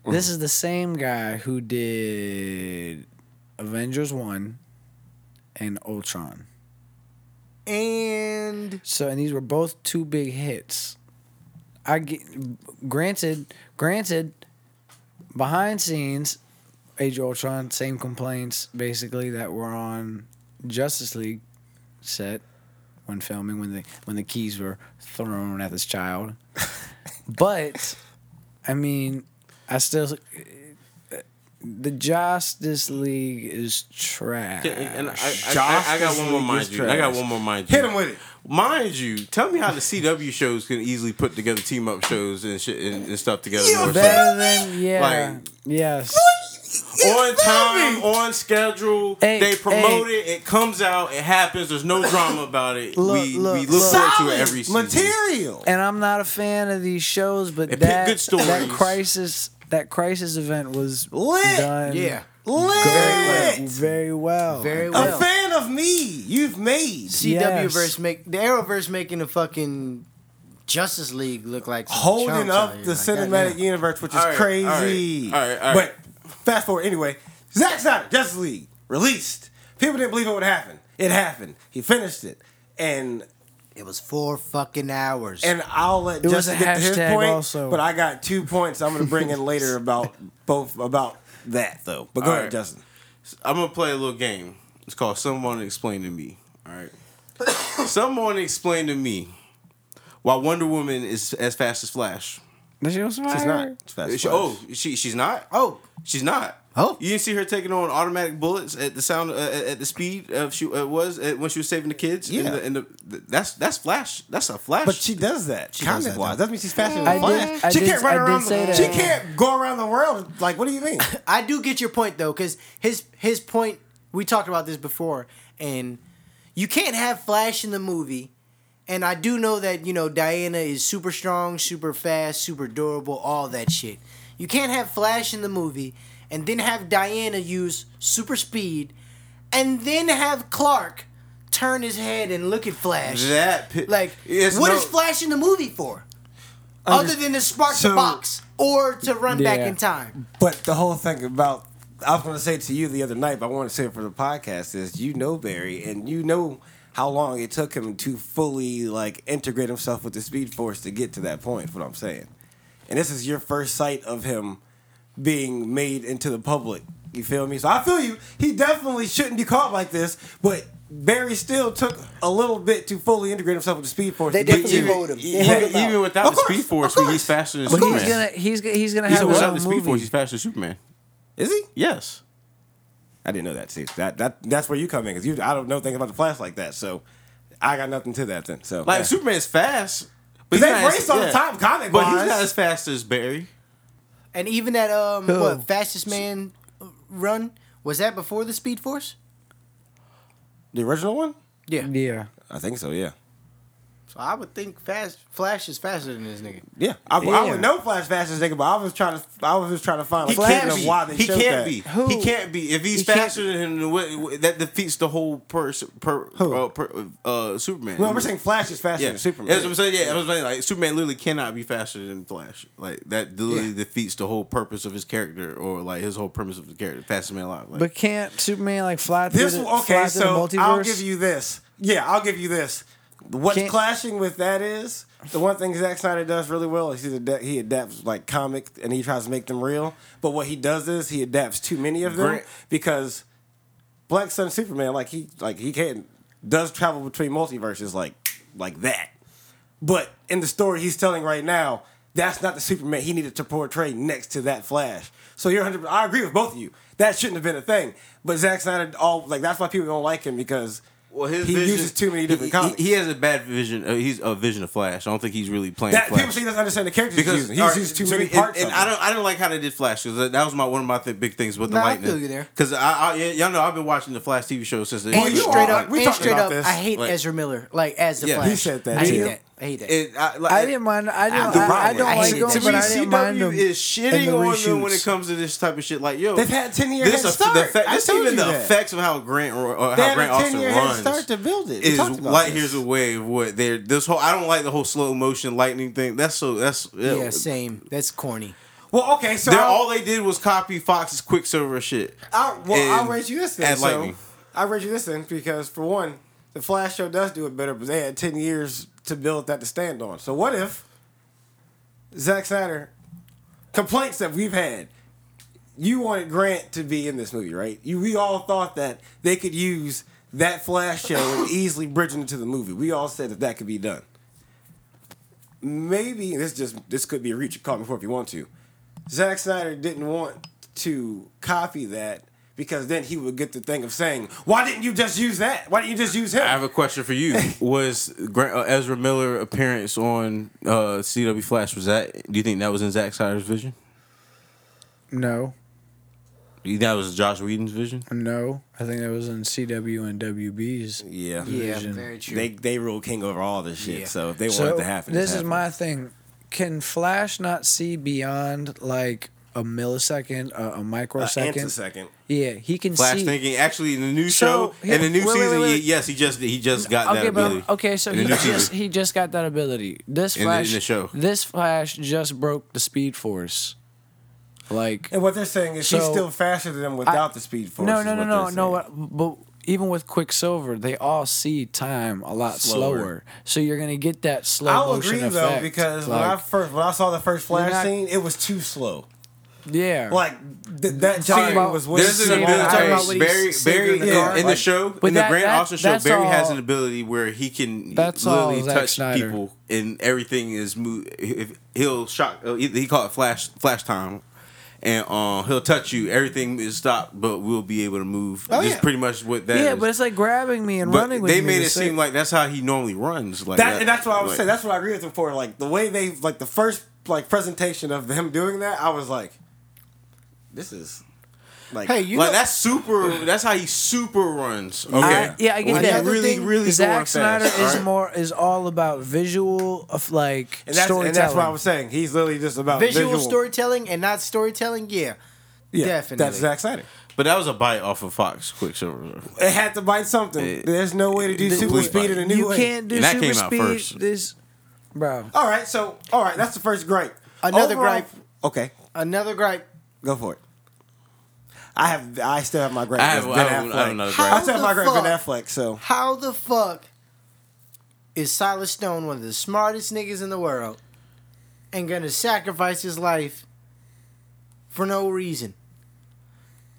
S2: this is the same guy who did Avengers 1 and Ultron.
S3: that. And
S2: So, and these were both two big hits. I get, granted, granted, behind scenes, Age of Ultron, same complaints basically that were on Justice League set when filming when the when the keys were thrown at
S1: [laughs]
S2: this child. but I mean, I still the Justice League is trash.
S1: Yeah, and I,
S4: Josh
S1: I, I, I got
S4: is
S1: one more mind you. I got
S4: trash.
S1: one more mind you.
S4: Hit him with it.
S1: Mind you, tell me how the CW shows can easily put together team up shows and shit and, and stuff together. more so.
S2: Better than yeah,
S1: Like-
S2: yes.
S1: On time, on schedule.
S2: Hey,
S1: they promote it. It comes out. It happens. There's no drama about it.
S2: Look,
S1: we
S2: look,
S1: we look
S2: look.
S1: forward to it
S4: Solid
S1: every season.
S4: material.
S2: and I'm not a fan of these shows, but
S1: It picked
S2: that
S1: good stories.
S2: that crisis that crisis event was
S4: Lit.
S2: done
S3: yeah,
S2: very,
S4: Lit.
S2: very well.
S3: very
S4: A
S3: well.
S4: fan of me, you've made
S3: CW
S2: Yes.
S3: verse make the Arrowverse making the fucking Justice League look like some
S4: holding
S3: chumps
S4: up
S3: out here,
S4: the
S3: like,
S4: cinematic
S3: goddamn.
S4: universe, which is
S1: All right,
S4: crazy.
S1: all right, all right, all right.
S4: But fast forward anyway. Zack Snyder, Justice League, released. People didn't believe it would happen. It happened. He finished it, and
S3: It was four fucking hours.
S4: and I'll let
S2: It was
S4: Justin
S2: a
S4: get to his
S2: hashtag
S4: point.
S2: also.
S4: But I got two points. I'm gonna bring in
S2: [laughs]
S4: later about both about that though. But go
S1: All
S4: ahead,
S1: right.
S4: Justin.
S1: I'm gonna play a little game. It's called Someone Explain to Me. All right. [coughs] Someone explain to me why Wonder Woman is as fast as Flash.
S2: That shit was
S4: It's
S2: fire.
S4: not. It's fast.
S1: She- oh, she she's not.
S3: oh,
S1: She's not.
S3: Oh.
S1: you didn't see her taking on automatic bullets at the sound uh, at at the speed of she uh, was at, when she was saving the kids.
S4: Yeah.
S1: and the, and the, that's that's flash. That's a flash.
S4: But she does that.
S3: does that,
S4: Comic wise,
S3: though.
S4: that means she's faster than
S2: I
S4: Flash.
S2: did- I
S4: she
S2: did-
S4: can't run
S2: I did
S4: around.
S2: say
S4: She
S2: that.
S4: can't go around the world. Like, what do you
S2: [laughs]
S4: mean?
S3: [coughs] I do get your point though, because his his point we talked about this before, and you can't have Flash in the movie. And I do know that you know Diana is super strong, super fast, super durable, all that shit. You can't have Flash in the movie and then have Diana use super speed, and then have Clark turn his head and look at Flash.
S1: that pi-
S3: Like, what is
S1: it's no-
S3: Flash in the movie for? Other than to spark
S4: So-
S3: the box or to run back
S2: Yeah.
S3: in time.
S4: But the whole thing about I was going to say to you the other night, but I want to say it for the podcast is you know Barry, and you know how long it took him to fully like integrate himself with the Speed Force to get to that point. is What I'm saying, and this is your first sight of him being made into the public. You feel me? So I feel you. He definitely shouldn't be caught like this, but. Barry still took a little bit to fully integrate himself with the Speed Force.
S5: They
S4: to get
S5: definitely
S4: you-
S5: hold him. They
S1: even,
S5: held him out.
S1: even without
S4: Of
S1: the
S4: course,
S1: Speed Force,
S4: of course.
S1: he's faster than
S2: But
S1: Superman.
S2: he's gonna he's gonna he's gonna
S1: He's
S2: have his
S1: without
S2: own
S1: the Speed
S2: movie.
S1: Force, he's faster than Superman.
S4: Is he?
S1: Yes.
S4: I didn't know that. See, that that that's where you come in because you I don't know things about the Flash like that. So I got nothing to that then. So
S1: Like
S4: yeah.
S1: Superman's fast, but
S4: They
S1: he's not
S4: race
S1: as-
S4: all the time, comic
S1: But he's
S4: wise.
S1: not as fast as Barry.
S3: And even that um
S2: Who?
S3: what fastest man uh, run was that before the Speed Force?
S4: the original one,
S3: Yeah.
S2: Yeah.
S4: I think so. Yeah,
S3: So I would think fast Flash is faster than this nigga.
S4: yeah. I, I
S2: Yeah.
S4: would know Flash faster than nigga, but I was trying to I was just trying to find
S1: He
S4: a like,
S1: can't
S4: of
S1: be.
S4: why they
S1: He
S4: showed
S1: can't
S4: that.
S1: be.
S2: Who?
S1: He can't be. If he's
S2: He can't
S1: faster than him, what- what- that defeats the whole person. Per,
S4: Who?
S1: uh, per, uh, Superman.
S4: Well, we're saying Flash is faster
S1: Yeah,
S4: than Superman.
S1: That's what I'm saying. Yeah, I was saying like Superman literally cannot be faster than Flash. Like that literally defeats the whole purpose of his character, or like his whole premise of the character. Fastest man alive. Like,
S2: But can't Superman like fly through
S4: This
S2: the,
S4: okay,
S2: fly through
S4: so
S2: the multiverse?
S4: I'll give you this. Yeah, I'll give you this. What's
S2: Can't-
S4: clashing with that is the one thing Zack Snyder does really well is he's ad- he adapts like comic and he tries to make them real. But what he does is he adapts too many of them
S1: Great.
S4: because Black Sun Superman like he like he can does travel between multiverses like like that. But in the story he's telling right now, that's not the Superman he needed to portray next to that Flash. So you're 100. I agree with both of you. That shouldn't have been a thing. But Zack Snyder, all like that's why people don't like him because
S1: Well, his
S4: he
S1: vision,
S4: uses too many
S1: he-
S4: different comics.
S1: He, he has a bad vision. Uh, he's a vision of Flash. I don't think he's really playing
S4: that,
S1: Flash.
S4: people say he doesn't understand the characters he's
S1: because
S4: using. He's
S1: all right,
S4: used too
S1: to
S4: many
S1: me-
S4: parts.
S1: And, and
S4: of
S1: I
S4: it.
S1: don't, I didn't like how they did Flash because that, that was my one of my th- big things with the
S3: Nah, I
S1: lightning.
S3: feel you there.
S1: Because I, I, yeah, y'all know I've been watching the Flash TV show since. it-
S4: Well,
S3: And
S4: you
S3: straight
S4: are.
S3: up,
S4: We
S3: and
S4: talked
S3: straight
S4: about
S3: up,
S4: this.
S3: I hate
S1: Like-
S3: Ezra Miller, like as the
S1: Yeah.
S3: Flash.
S1: He
S4: said that
S3: I hate
S4: too.
S3: that. I hate that.
S1: It, I, like,
S2: I didn't mind. I don't.
S4: The
S2: I, I
S4: Robin.
S2: don't
S4: I
S2: like
S4: hate
S2: him,
S4: it.
S2: but
S4: To
S2: I
S4: me,
S2: didn't mind
S1: CW
S2: him.
S1: is
S2: in
S1: shitting on
S2: the
S1: them when it
S2: reshoots.
S1: comes to this type of shit. Like, yo,
S4: They've had 10 year
S1: this
S4: head
S1: a- the
S4: start.
S1: fact-
S4: I
S1: just
S4: told
S1: even
S4: you
S1: the
S4: that.
S1: effects of how Grant or, or
S4: They
S1: how
S4: had
S1: Grant
S4: a 10
S1: Austin
S4: year head
S1: runs
S4: start to build it. We
S1: is
S4: talked about
S1: light
S4: this.
S1: years away of what they're this whole. I don't like the whole slow motion lightning thing. That's so. That's
S3: yeah, same. That's corny.
S4: Well, okay, so
S1: They're,
S4: I'll-
S1: all they did was copy Fox's Quicksilver shit.
S4: I, well, I'll
S1: and
S4: rate you this then.
S1: add
S4: So,
S1: lightning.
S4: I'll rate you this then because, for one, the Flash show does do it better, but they had 10 years to build that to stand on. So, what if Zack Snyder, complaints that we've had, you wanted Grant to be in this movie, right? You, we all thought that they could use that Flash show [coughs] and easily bridge it into the movie. We all said that that could be done. Maybe this just this could be a reach. Call me for it if you want to. Zack Snyder didn't want to copy that because then he would get the thing of saying, "Why didn't you just use that? Why didn't you just use him?"
S1: I have a question for
S2: [laughs]
S1: you. Was Grant, uh, Ezra Miller appearance on uh, CW Flash was that? Do you think that was in Zack Snyder's vision?
S2: No,
S1: Do you think that was Josh Whedon's vision?
S2: no. I think that was in CW and WB's.
S4: yeah,
S3: Yeah,
S2: Vision.
S3: very true.
S4: They they rule king over all this shit.
S3: Yeah.
S4: So if they want
S2: So
S4: it to happen,
S2: this
S4: it's
S2: is my thing. Can Flash not see beyond like a millisecond, a, a
S4: happening.
S2: microsecond?
S4: Uh, second.
S2: yeah, he can
S1: Flash
S2: see.
S1: thinking. Actually, in the new show,
S2: So,
S1: in the new
S2: wait, wait,
S1: season,
S2: wait,
S1: he-
S2: wait.
S1: yes, he just he just got that
S2: okay,
S1: ability.
S2: but okay, so
S1: in
S2: he
S1: the new
S2: just
S1: season.
S2: he just got that ability. This
S1: In the-
S2: Flash,
S1: in the show.
S2: this Flash just broke the Speed Force. Like
S4: And what they're saying is he's
S2: So-
S4: still faster than them without the speed force.
S2: no,
S4: is
S2: no, no,
S4: what
S2: no,
S4: they're
S2: no.
S4: saying.
S2: what- But even with Quicksilver, they all see time a lot
S4: Slower.
S2: slower. So you're gonna get that slow
S4: I'll
S2: motion
S4: agree
S2: effect.
S4: though because when I
S2: like,
S4: first when I saw the first Flash
S2: not-
S4: scene, it was too slow.
S2: yeah,
S4: Like th- that giant
S2: about-
S4: was way
S1: There's
S4: too
S1: an
S4: long.
S1: ability.
S3: talking about
S1: Barry,
S3: what
S1: Barry,
S3: he's
S1: Barry
S3: saving
S1: in,
S3: the
S4: car.
S1: in the show,
S2: But
S1: in the
S2: that-
S1: Grant
S2: that-
S1: Austin show,
S2: that's
S1: Barry has
S2: all-
S1: an ability where he can
S2: That's
S1: literally
S2: all Zack
S1: touch
S2: Snyder.
S1: people, and everything is move. If he'll shock, uh, he he called it flash, flash time, and uh, he'll touch you. Everything is stopped, but we'll be able to move.
S4: Oh,
S1: this is
S4: yeah.
S1: pretty much what that.
S2: yeah,
S1: is.
S2: but it's like grabbing me and
S1: But
S2: running with
S1: they
S2: me.
S1: made
S2: the
S1: it
S2: same-
S1: seem like that's how he normally runs. Like
S4: That, and that's what I was
S1: like-
S4: saying. That's what I agree with him for. Like the way they like the first like presentation of them doing that, I was like, this is like
S3: hey, you
S1: like
S3: know,
S1: that's super. That's how he super runs. Okay,
S2: I- yeah, I get
S1: When
S2: that.
S1: he really, really going
S2: Zack Snyder
S1: fast,
S2: is
S1: alright?
S2: more is all about visual of like
S4: and that's
S2: storytelling.
S4: and that's what I was saying. He's literally just about
S3: visual, storytelling and not storytelling. Yeah,
S4: Yeah,
S3: definitely.
S4: That's Zack Snyder.
S1: But that was a bite off of Fox Quicksilver.
S4: It had to bite something. There's no way to do
S2: The-
S4: super
S1: Wait.
S4: speed in a new
S2: you
S4: way.
S2: can't do
S1: And that
S2: super
S1: came out
S2: speed.
S1: first.
S2: This, bro.
S4: All right, so all right, that's the first gripe.
S3: Another
S4: Overall-
S3: gripe.
S4: Okay,
S3: Another gripe.
S4: go for it. I have I still have my gripe.
S1: I have-
S4: with
S1: I
S4: Ben
S1: don't- I
S4: Affleck.
S1: don't know the
S4: I still have my
S3: How
S4: gripe with
S3: the
S4: Ben Affleck. So
S3: How the fuck is Silas Stone one of the smartest niggas in the world and gonna sacrifice his life for no reason?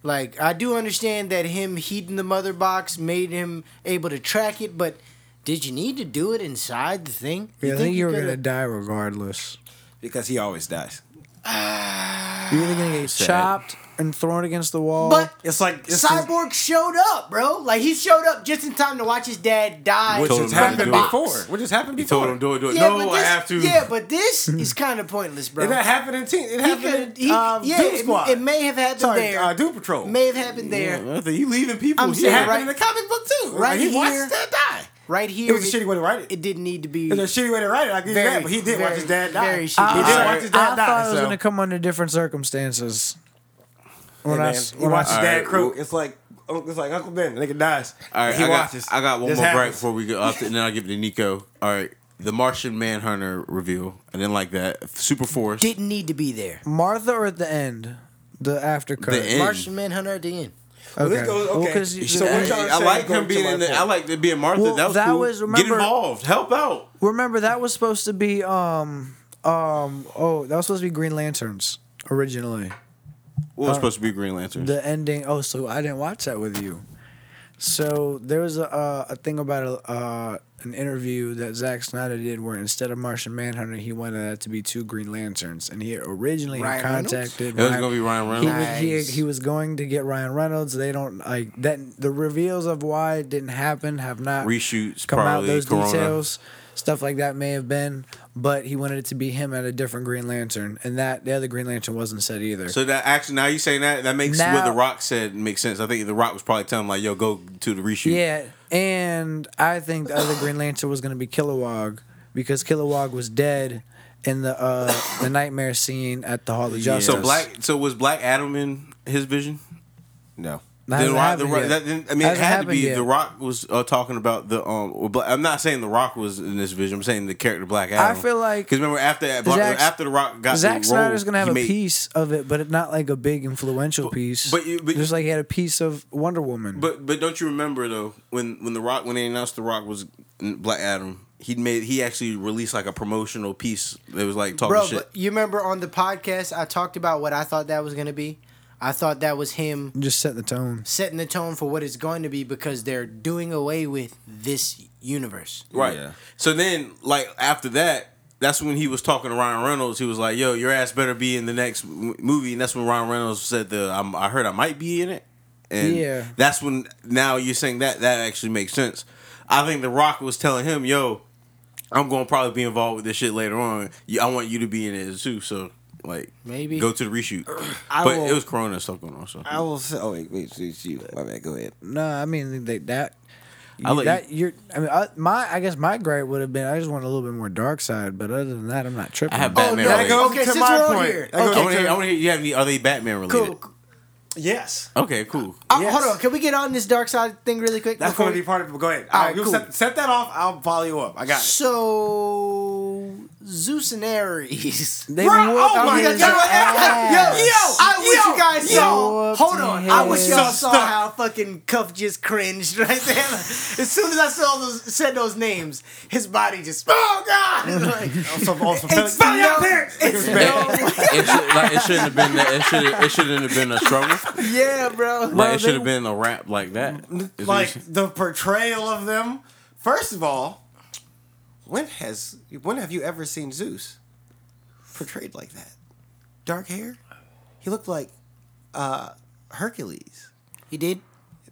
S3: Like, I do understand that him heating the mother box made him able to track it, but did you need to do it inside the thing?
S2: Yeah, I think you were
S3: could've-
S2: gonna
S1: [sighs]
S2: die regardless.
S4: because he always dies.
S2: You're either gonna get
S1: Sad.
S2: chopped and thrown against the wall.
S3: But
S4: It's like it's
S3: Cyborg showed up, bro. Like, he showed up just in time to watch his dad die.
S1: Which
S4: Which
S1: Told
S4: has
S1: him not to
S4: happened
S1: do it.
S4: before. Which has happened
S1: He told
S4: before.
S1: him, "Do it, do it."
S3: Yeah,
S1: no,
S3: but
S1: I
S3: this-
S1: have to.
S3: Yeah, but
S2: [laughs]
S3: this is kind of pointless, bro.
S4: It didn't happen in teen. It
S3: He
S4: happened
S3: could-
S4: in
S3: he-
S4: uh,
S3: yeah,
S4: Doom
S3: it-
S4: Squad.
S3: It, may have happened
S4: Sorry,
S3: there.
S4: uh, Doom Patrol.
S3: may have happened there.
S1: I think you leaving people
S3: I'm
S1: here.
S4: it
S3: saying,
S4: happened
S3: right-
S4: in the comic book too. Like,
S3: right
S4: he
S3: here-
S4: watched that die.
S3: Right here,
S4: It was a shitty way to write it.
S3: It didn't need to be.
S4: It was a shitty way to write it. I give you
S3: Very-
S4: that, but he did watch his
S3: very-
S4: dad die.
S3: very
S4: he did
S3: shitty.
S2: I,
S3: didn't
S4: watch his dad
S2: I
S4: die.
S2: thought it was
S4: so.
S2: gonna come under different circumstances. When
S4: Hey,
S2: I
S4: man,
S2: s-
S4: he
S2: when I
S4: watched
S2: s-
S4: his dad
S1: Alright,
S4: croak.
S1: well-
S4: It's like it's like Uncle Ben. The nigga dies.
S1: All right,
S4: he
S1: I
S4: watches.
S1: got, I got one
S4: This
S1: more break
S4: happens.
S1: before we go up, and then I'll give it to Nico. All right, the Martian Manhunter reveal. I didn't like that. Super Force.
S3: didn't need to be there.
S2: Martha or at the end, the aftercut.
S1: The
S4: Mm.
S1: end.
S3: Martian Manhunter at the end.
S4: Well, this
S2: Okay.
S4: goes-
S2: Well,
S4: okay.
S2: 'cause you-
S4: So
S2: the-
S4: what
S1: Hey,
S4: y'all
S1: I
S4: saying
S1: like
S4: going
S1: him
S4: to
S1: being
S4: my
S1: in. The,
S4: point?
S1: I like it being Martha.
S2: Well,
S1: that was
S2: that
S1: cool.
S2: was-
S1: Get
S2: remember-
S1: involved. Help out.
S2: Remember that was supposed to be um um oh that was supposed to be Green Lanterns originally.
S1: Well, it's supposed to be Green Lantern.
S2: The ending. Oh, so I didn't watch that with you. So there was a uh, a thing about a uh, an interview that Zack Snyder did where instead of Martian Manhunter, he wanted that to be two Green Lanterns, and he originally had
S3: Ryan Reynolds?
S2: contacted.
S1: It was
S2: Ryan-
S1: gonna be Ryan
S2: he,
S1: Reynolds.
S2: was, he,
S3: Nice.
S2: he was going to get Ryan Reynolds. They don't like that. The reveals of why it didn't happen have not
S1: Reshoots,
S2: come out
S1: probably
S2: those
S1: Corona.
S2: details. Stuff like that may have been, but he wanted it to be him at a different Green Lantern, and that the other Green Lantern wasn't said either.
S1: So that actually now you saying that that makes what
S2: Now-
S1: the Rock said makes sense. I think the Rock was probably telling him like, "Yo, go to the reshoot."
S2: Yeah, and I think the other Green Lantern was gonna be Kilowog because Kilowog was dead in the uh, the nightmare scene at the Hall of Justice.
S1: So black. So was Black Adam in his vision?
S4: No.
S2: That hasn't
S1: Rock-
S2: happened
S1: Rock-
S2: yet.
S1: that- then- I mean, it had
S2: Hasn't
S1: to
S2: happened
S1: be.
S2: yet.
S1: The Rock was uh, talking about the. Um, well, Bla- I'm not saying the Rock was in this vision. I'm saying the character Black Adam.
S2: feel like
S1: because remember after
S2: Zack-
S1: after the Rock got
S2: Zack
S1: the role,
S2: Snyder's gonna have
S1: he
S2: a
S1: made-
S2: piece of it, but it not like a big influential piece.
S1: but you- but-
S2: just like he had a piece of Wonder Woman.
S1: But but don't you remember though when when the Rock when they announced the Rock was in Black Adam, he made he actually released like a promotional piece that was like
S4: Oh,
S1: talking
S3: Bro,
S1: shit.
S3: but you remember on the podcast I talked about what I thought that was gonna be. I thought that was him
S2: just set the tone.
S3: setting the tone for what it's going to be because they're doing away with this universe.
S1: Right.
S4: Yeah.
S1: So then, like after that, that's when he was talking to Ryan Reynolds. He was like, "Yo, your ass better be in the next m- movie." And that's when Ryan Reynolds said, "The I'm, I heard I might be in it." And
S2: Yeah.
S1: that's when now you're saying that that actually makes sense. I think The Rock was telling him, "Yo, I'm going to probably be involved with this shit later on. You- I want you to be in it too." So like,
S3: Maybe.
S1: go to the [clears throat] reshoot.
S4: I
S1: but
S4: will-
S1: it was Corona and stuff going on. So
S4: I will say. Oh wait, wait, it's you. My bad. Go ahead.
S2: No, I mean they, that.
S1: I'll
S2: you-
S1: let
S2: that you, are I mean, I, my. I guess my gripe would have been. I just want a little bit more dark side, but other than that, I'm not tripping.
S1: have
S2: about it.
S1: Batman That related.
S4: goes
S3: okay,
S4: to
S3: since
S4: my
S3: we're on
S4: point.
S3: here.
S4: That goes
S1: I want
S3: Okay,
S1: to hear. I want to hear. You have any? Are they Batman related?
S3: cool.
S4: Yes.
S1: Okay. Cool.
S3: Uh,
S4: Yes.
S3: Hold on, can we get on this dark side thing really quick?
S4: That's
S3: before
S4: going to
S3: we-
S4: be part of it. but Go ahead.
S3: All
S4: All
S3: right,
S4: right, you
S3: cool.
S4: set, set that off. I'll follow you up. I got it.
S3: So Zeus and Ares.
S2: They
S4: Bruh,
S2: whooped
S4: oh my
S2: his
S3: [laughs]
S4: God.
S2: ass.
S3: yo, yo, I wish
S4: yo,
S3: you guys
S4: yo.
S3: saw. Hold
S2: Whooped
S3: on, I wish
S2: his
S3: y'all
S4: ass.
S3: saw
S4: Stop.
S3: how fucking Cuff just cringed [laughs] right there. As soon as I saw those, said those names, his body just, oh
S4: [laughs]
S3: god, [laughs] like,
S4: Some awesome
S3: it's
S4: feeling.
S3: no,
S4: It's
S3: it's
S4: bad.
S3: no,
S1: [laughs] it, should, like, it shouldn't have been that. It should. It shouldn't have been a struggle.
S3: yeah, bro.
S1: Like
S2: Well,
S1: it should have
S2: they-
S1: been a rap like that. Is what you
S4: like
S1: said. [laughs]
S4: the portrayal of them. First of all, when has when have you ever seen Zeus portrayed like that? Dark hair. He looked like uh, Hercules.
S3: He did.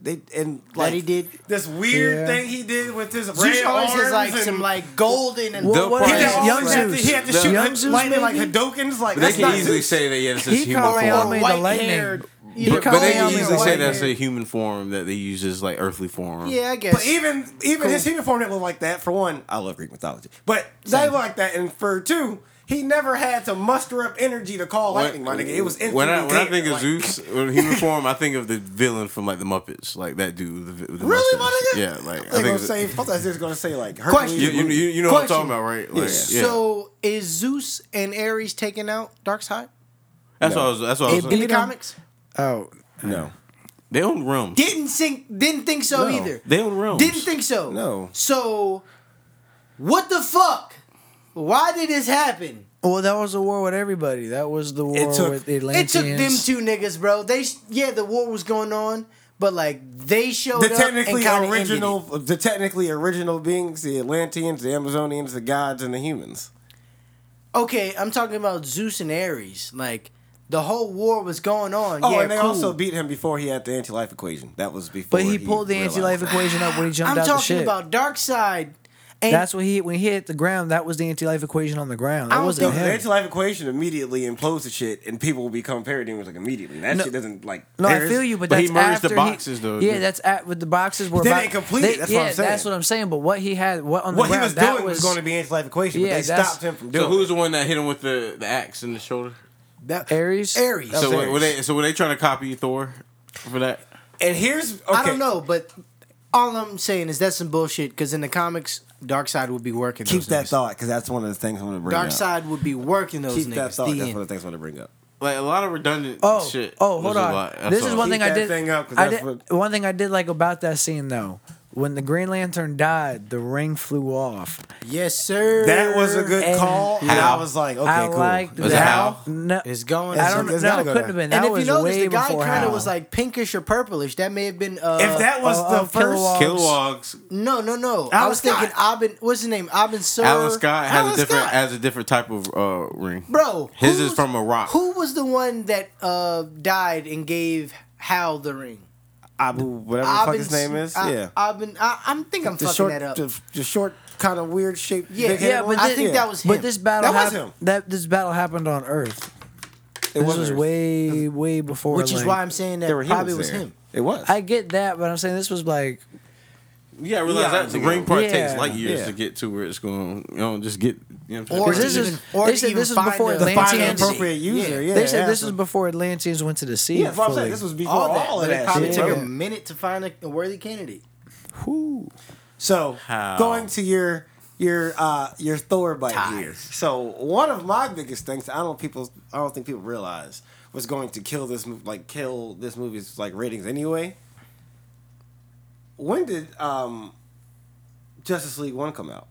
S4: They and like
S3: That he did.
S4: this weird
S2: Yeah.
S4: thing he did with his
S3: Zeus
S4: red
S3: always
S4: arms
S3: has like
S4: and
S3: some like golden and
S1: They'll
S2: Well, what
S1: probably-
S4: He had
S2: is
S4: to
S1: Yeah,
S2: Young
S4: always have to-
S2: Zeus?
S4: he had to
S1: The-
S4: shoot
S2: Young
S4: like,
S2: Zeus,
S4: lightning like
S2: maybe?
S4: Hadokens. Like
S1: they
S4: that's
S1: can
S4: not
S1: easily
S4: Zeus.
S1: say that yeah, this is
S2: He
S1: human
S2: called me
S1: form.
S2: Yami the
S3: white-haired,
S2: lightning.
S3: you know,
S1: But, but they
S2: Call
S1: can
S2: me
S1: easily say
S2: white
S1: that's
S2: man.
S1: a human form that they use as like earthly form.
S3: Yeah, I guess.
S4: But even even his uniform didn't look like that. For one, I love Greek mythology, but they look like that. And for two, he never had to muster up energy to call lightning. My nigga, it was instantly
S1: when I when I
S4: there,
S1: think of
S4: like-
S1: Zeus or human form, I think of the villain from like the Muppets, like that dude. with The, with the
S4: Really, my
S1: mustache.
S4: nigga?
S1: Yeah, like
S4: I
S1: I
S4: was gonna
S1: think.
S4: say, I thought I was just gonna say like
S3: Question.
S1: You,
S4: Hercules.
S1: you, you- you know what I'm
S3: Question.
S1: talking about, right? Like, yeah.
S3: So is Zeus and Ares taking out Darkseid
S1: that's what I was. That's what I was.
S2: It
S3: in
S1: Saying.
S3: the
S2: Beat 'em.
S3: comics?
S2: Oh,
S4: no,
S1: They own realms.
S3: Didn't think didn't think so
S4: No.
S3: either.
S1: They own realms.
S3: Didn't think so.
S4: No.
S3: So what the fuck? Why did this happen?
S2: well, that was the war with everybody. That was the war
S4: took-
S2: with the
S3: It
S2: Atlanteans.
S3: took them two niggas, bro. They s- yeah, the war was going on, but like they showed
S4: the
S3: up
S4: technically
S3: and kinda
S4: original,
S3: ended
S4: the technically original beings, the Atlanteans, the Amazonians, the gods, and the humans.
S3: it. Okay, I'm talking about Zeus and Ares. Like the whole war was going on.
S4: Oh,
S3: yeah,
S4: and they
S3: cool.
S4: also beat him before he had the anti-life equation. That was before.
S2: but he pulled the
S4: realized
S2: anti-life
S4: that.
S2: equation up when he jumped
S3: I'm
S2: out the
S3: talking
S2: ship.
S3: about Darkseid. And
S2: That's what he when he hit the ground. That was the anti-life equation on the ground. That
S3: I don't
S2: wasn't
S3: think-
S4: The
S2: him.
S4: anti-life equation immediately implodes the shit, and people will become parodying it like immediately. That
S2: No.
S4: shit doesn't like.
S2: No, I
S4: there's-
S2: feel you, but,
S1: but he
S2: that's
S1: merged the
S2: after
S1: boxes, though.
S2: Yeah, that's at with the boxes were
S4: They
S2: about-
S4: didn't complete it,
S2: they-
S4: that's
S2: yeah,
S4: what I'm saying.
S2: that's what I'm saying. But what he had, what on
S4: What
S2: the ground,
S4: he was
S2: that
S4: doing was,
S2: was
S4: going to be anti-life equation,
S2: Yeah,
S4: but they
S2: that's-
S4: stopped him from doing.
S1: So who's the one that hit him with the, the axe in the shoulder?
S3: that,
S2: Ares?
S3: Ares.
S2: That
S1: So
S2: was
S1: were, were
S2: Ares.
S1: they? So were they trying to copy Thor for that?
S4: it. And here's okay.
S3: I don't know, but all I'm saying is that's some bullshit. Because in the comics, Darkseid would be working.
S4: Keep
S3: those
S4: that
S3: niggas.
S4: thought because that's one of the things I'm going to bring up.
S3: Darkseid would be working those
S4: Keep
S3: niggas.
S4: that thought.
S3: the
S4: That's
S3: end.
S4: one of the things I'm going to bring up.
S1: Like a lot of redundant
S2: Oh,
S1: shit.
S2: oh, hold
S1: There's a
S2: on.
S1: lot. That's
S2: This is
S1: all.
S2: one
S4: Keep
S2: thing I
S4: that
S2: did.
S4: thing up, 'cause
S2: I
S4: that's
S2: did one thing I did like about that scene though When the Green Lantern died, the ring flew off.
S3: Yes, sir.
S4: That was a good
S2: And-
S4: call, and
S1: How?
S4: I was like, okay,
S2: I
S4: cool.
S2: liked
S1: Was it
S2: that.
S1: Hal?
S2: No,
S3: It's going.
S2: I don't know.
S4: it's
S2: No,
S4: gotta
S2: it
S4: go
S2: couldn't
S4: there.
S2: have been. That
S3: and if you
S2: was
S3: notice,
S2: way
S3: the guy
S2: before
S3: kind
S2: Hal.
S3: of was like pinkish or purplish. That may have been. Uh,
S4: if that was
S2: uh, uh,
S4: the first,
S2: Kilowog.
S1: Kilowog's
S3: No, no, no. I
S4: Alan
S3: was
S4: Scott.
S3: thinking Abin. What's his name? Abin Sur.
S1: Alan Scott has
S4: Alan
S1: a different
S4: Scott.
S1: has a different type of uh, ring.
S3: Bro,
S1: His
S3: who
S1: is
S3: was-
S1: from a rock.
S3: Who was the one that uh, died and gave Hal the ring?
S4: Abu, whatever the fuck his name is,
S3: I,
S4: yeah,
S3: Abin. I, I'm think I'm
S4: the
S3: fucking
S4: short,
S3: that up.
S4: The, the short, kind of weird shaped.
S3: Yeah,
S4: big-headed
S3: yeah,
S4: one.
S3: but I think that was him.
S2: But this battle
S4: That was
S2: hap-
S4: him.
S2: That this battle happened on Earth.
S4: It
S2: This
S4: wasn't
S2: was
S4: hers.
S2: way, way before.
S3: which is
S2: like-
S3: why I'm saying that
S4: There were
S3: probably
S4: humans
S3: was
S4: there.
S3: him.
S4: It was.
S2: I get that, but I'm saying this was like
S1: You gotta realize
S4: Yeah,
S1: that the ring part
S2: yeah.
S1: takes light years
S4: Yeah.
S1: to get to where it's going. You don't just get. You know what I'm
S3: Or
S1: saying?
S2: this
S3: even-
S2: is
S3: or
S2: they
S3: to
S2: said
S3: even
S2: this was
S3: find
S2: before
S3: the-
S4: Find the
S2: Atlanteans.
S4: appropriate user. Yeah,
S2: they said
S4: yeah,
S2: this
S4: so-
S2: was before Atlanteans went to the sea.
S4: Yeah, that's what I'm saying.
S2: fully.
S4: This was before
S3: All,
S4: all, of
S3: that, but
S4: that.
S3: it probably
S4: shit.
S3: took
S4: Yeah.
S3: a minute to find a, a worthy candidate.
S2: Whew.
S4: So
S1: How?
S4: going to your your uh your Thor bite
S3: Ties.
S4: here. So one of my biggest things I don't people I don't think people realize was going to kill this mov- like kill this movie's like ratings anyway. When did um Justice League One come out?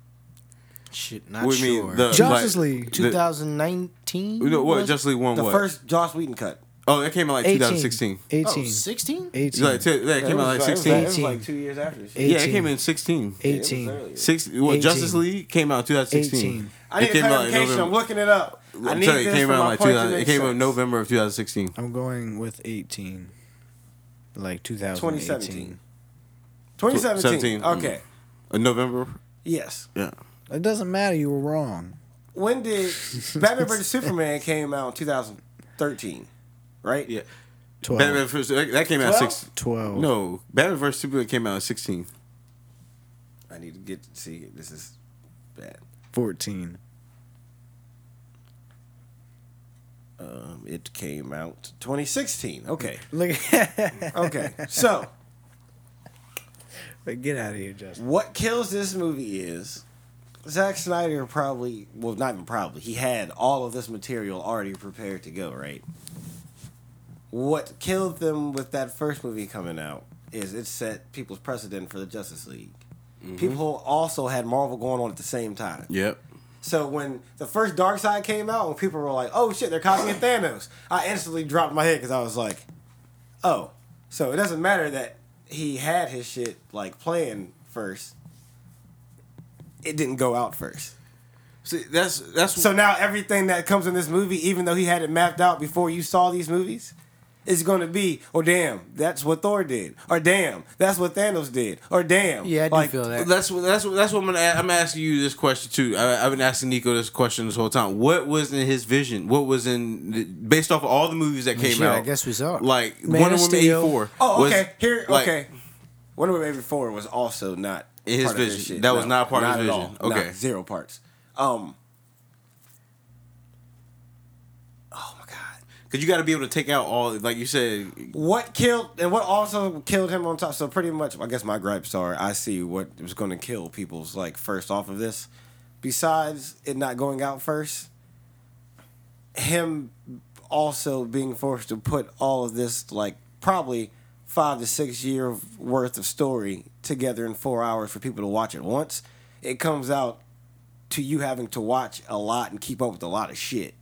S3: Shit, not
S1: What do you mean,
S3: sure.
S1: the-
S2: Justice
S1: like,
S2: League.
S1: the-
S3: 2019.
S1: You know what?
S3: was it?
S1: Just League One.
S4: The
S1: what?
S4: first Joss Whedon cut.
S1: Oh, that came out like
S2: 18,
S1: 2016.
S2: 18,
S3: Oh, 16?
S2: 18,
S1: Like, t- that came
S4: was-
S1: out like
S4: was- It
S1: 16.
S4: was like
S2: Eighteen.
S4: two years after. this shit.
S1: Yeah, it came
S2: 18.
S1: in 16.
S4: It was
S2: 18.
S4: earlier.
S1: Six. Well,
S2: 18.
S1: Justice League came out in 2016.
S2: 18.
S4: I need
S1: it came out in
S4: clarification. I'm
S1: November.
S4: looking it up. I
S1: I'm
S4: need
S1: telling you,
S4: this
S1: it came
S4: for
S1: out
S4: my
S1: like
S4: point to
S1: 2000, it
S4: make
S1: came out
S4: sense.
S1: in November of 2016.
S2: I'm going with 18. Like
S4: 2017.
S2: 2018.
S4: 2017.
S1: 17,
S4: Okay.
S1: Uh, November.
S4: Yes.
S1: Yeah.
S2: It doesn't matter. You were wrong.
S4: when did Batman vs Superman came out in 2013? Right?
S1: Yeah.
S2: 12.
S1: Batman first. That that came out
S4: Twelve?
S1: six.
S2: 12.
S1: No, Batman vs Superman came out in 16.
S4: I need to get see this is bad.
S2: 14.
S4: Um, it came out 2016. Okay.
S2: Look, [laughs]
S4: Okay. so,
S2: get out of here, Justin.
S4: what kills this movie is Zack Snyder probably well not even probably. He had all of this material already prepared to go, right? What killed them with that first movie coming out is it set people's precedent for the Justice League. People also had Marvel going on at the same time.
S1: Yep.
S4: So when the first Dark Side came out, when people were like, "Oh shit, they're copying Thanos," I instantly dropped my head because I was like, "Oh, so it doesn't matter that he had his shit like planned first. It didn't go out first.
S1: See, that's that's
S4: So now everything that comes in this movie, even though he had it mapped out before you saw these movies." is going to be, oh damn, that's what Thor did, or damn, that's what Thanos did, or damn,
S3: Yeah, I do
S4: like,
S3: feel that.
S1: That's what that's what that's what I'm gonna, a- I'm asking you this question too. I, I've been asking Nico this question this whole time. What was in his vision? What was in the- based off of all the movies that came
S3: shit,
S1: out?
S3: I guess we saw it.
S1: like
S2: Man
S1: Wonder
S2: of
S1: Woman eighty
S2: Steel.
S1: four.
S4: Oh, okay. Here, okay. Wonder Woman 84 was also not
S1: In his
S4: part of
S1: vision.
S4: shit.
S1: That was not part of his
S4: at
S1: vision.
S4: all.
S1: Okay.
S4: Not zero parts. Um. Oh my god.
S1: Because you got to be able to take out all like you said.
S4: What killed and what also killed him on top? So pretty much, I guess my gripes are I see what was going to kill people's like first off of this. Besides it not going out first, him also being forced to put all of this like probably five to six year worth of story together in four hours for people to watch at once. It comes out to you having to watch a lot and keep up with a lot of shit.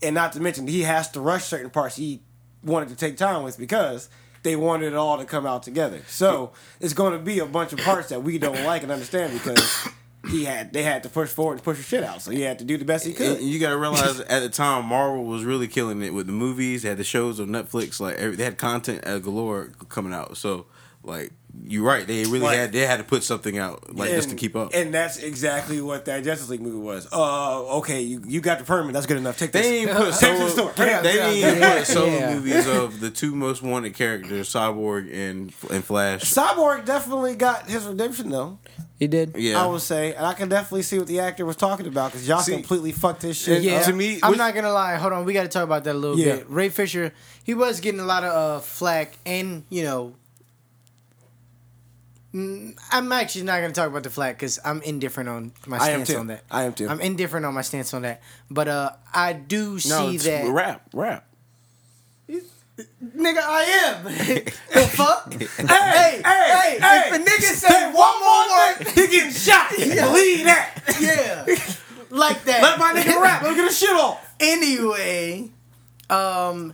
S4: And not to mention he has to rush certain parts he wanted to take time with because they wanted it all to come out together. So it's going to be a bunch of parts that we don't like and understand because he had they had to push forward and push the shit out. So he had to do the best he could.
S1: and You got to realize at the time Marvel was really killing it with the movies. They had the shows on Netflix. Like every, they had content uh, galore coming out. So like you're right. They really
S4: Like-
S1: had they had to put something out like just to keep up.
S4: And that's exactly what that Justice League movie was. Uh, okay, you, you got the permit. That's good enough. Take this.
S1: They didn't even put
S4: Take
S1: solo,
S4: this to the store.
S1: they didn't even
S2: yeah,
S1: put solo
S2: yeah.
S1: movies of the two most wanted characters, Cyborg and and Flash.
S4: Cyborg definitely got his redemption though.
S2: You did?
S1: Yeah,
S4: I would say, and I can definitely see what the actor was talking about because y'all
S1: See,
S4: completely fucked his shit.
S1: yeah.
S4: up.
S1: To me,
S3: I'm
S1: which-
S3: not gonna lie. Hold on, we gotta talk about that a little
S4: Yeah.
S3: bit. Ray Fisher, he was getting a lot of uh, flack, and you know, mm, I'm actually not gonna talk about the flack because I'm indifferent on my
S4: I am
S3: stance
S4: too.
S3: on that.
S4: I am too.
S3: I'm indifferent on my stance on that, but uh, I do
S1: no,
S3: see
S1: it's
S3: that.
S1: rap, rap.
S3: Nigga, I am. [laughs] the fuck? hey, hey, hey, hey, If a nigga say one more word,
S4: he
S3: [laughs]
S4: getting shot. Believe that.
S3: yeah. Like that.
S4: Let my nigga rap. Let me get a shit off.
S3: [laughs] anyway, um,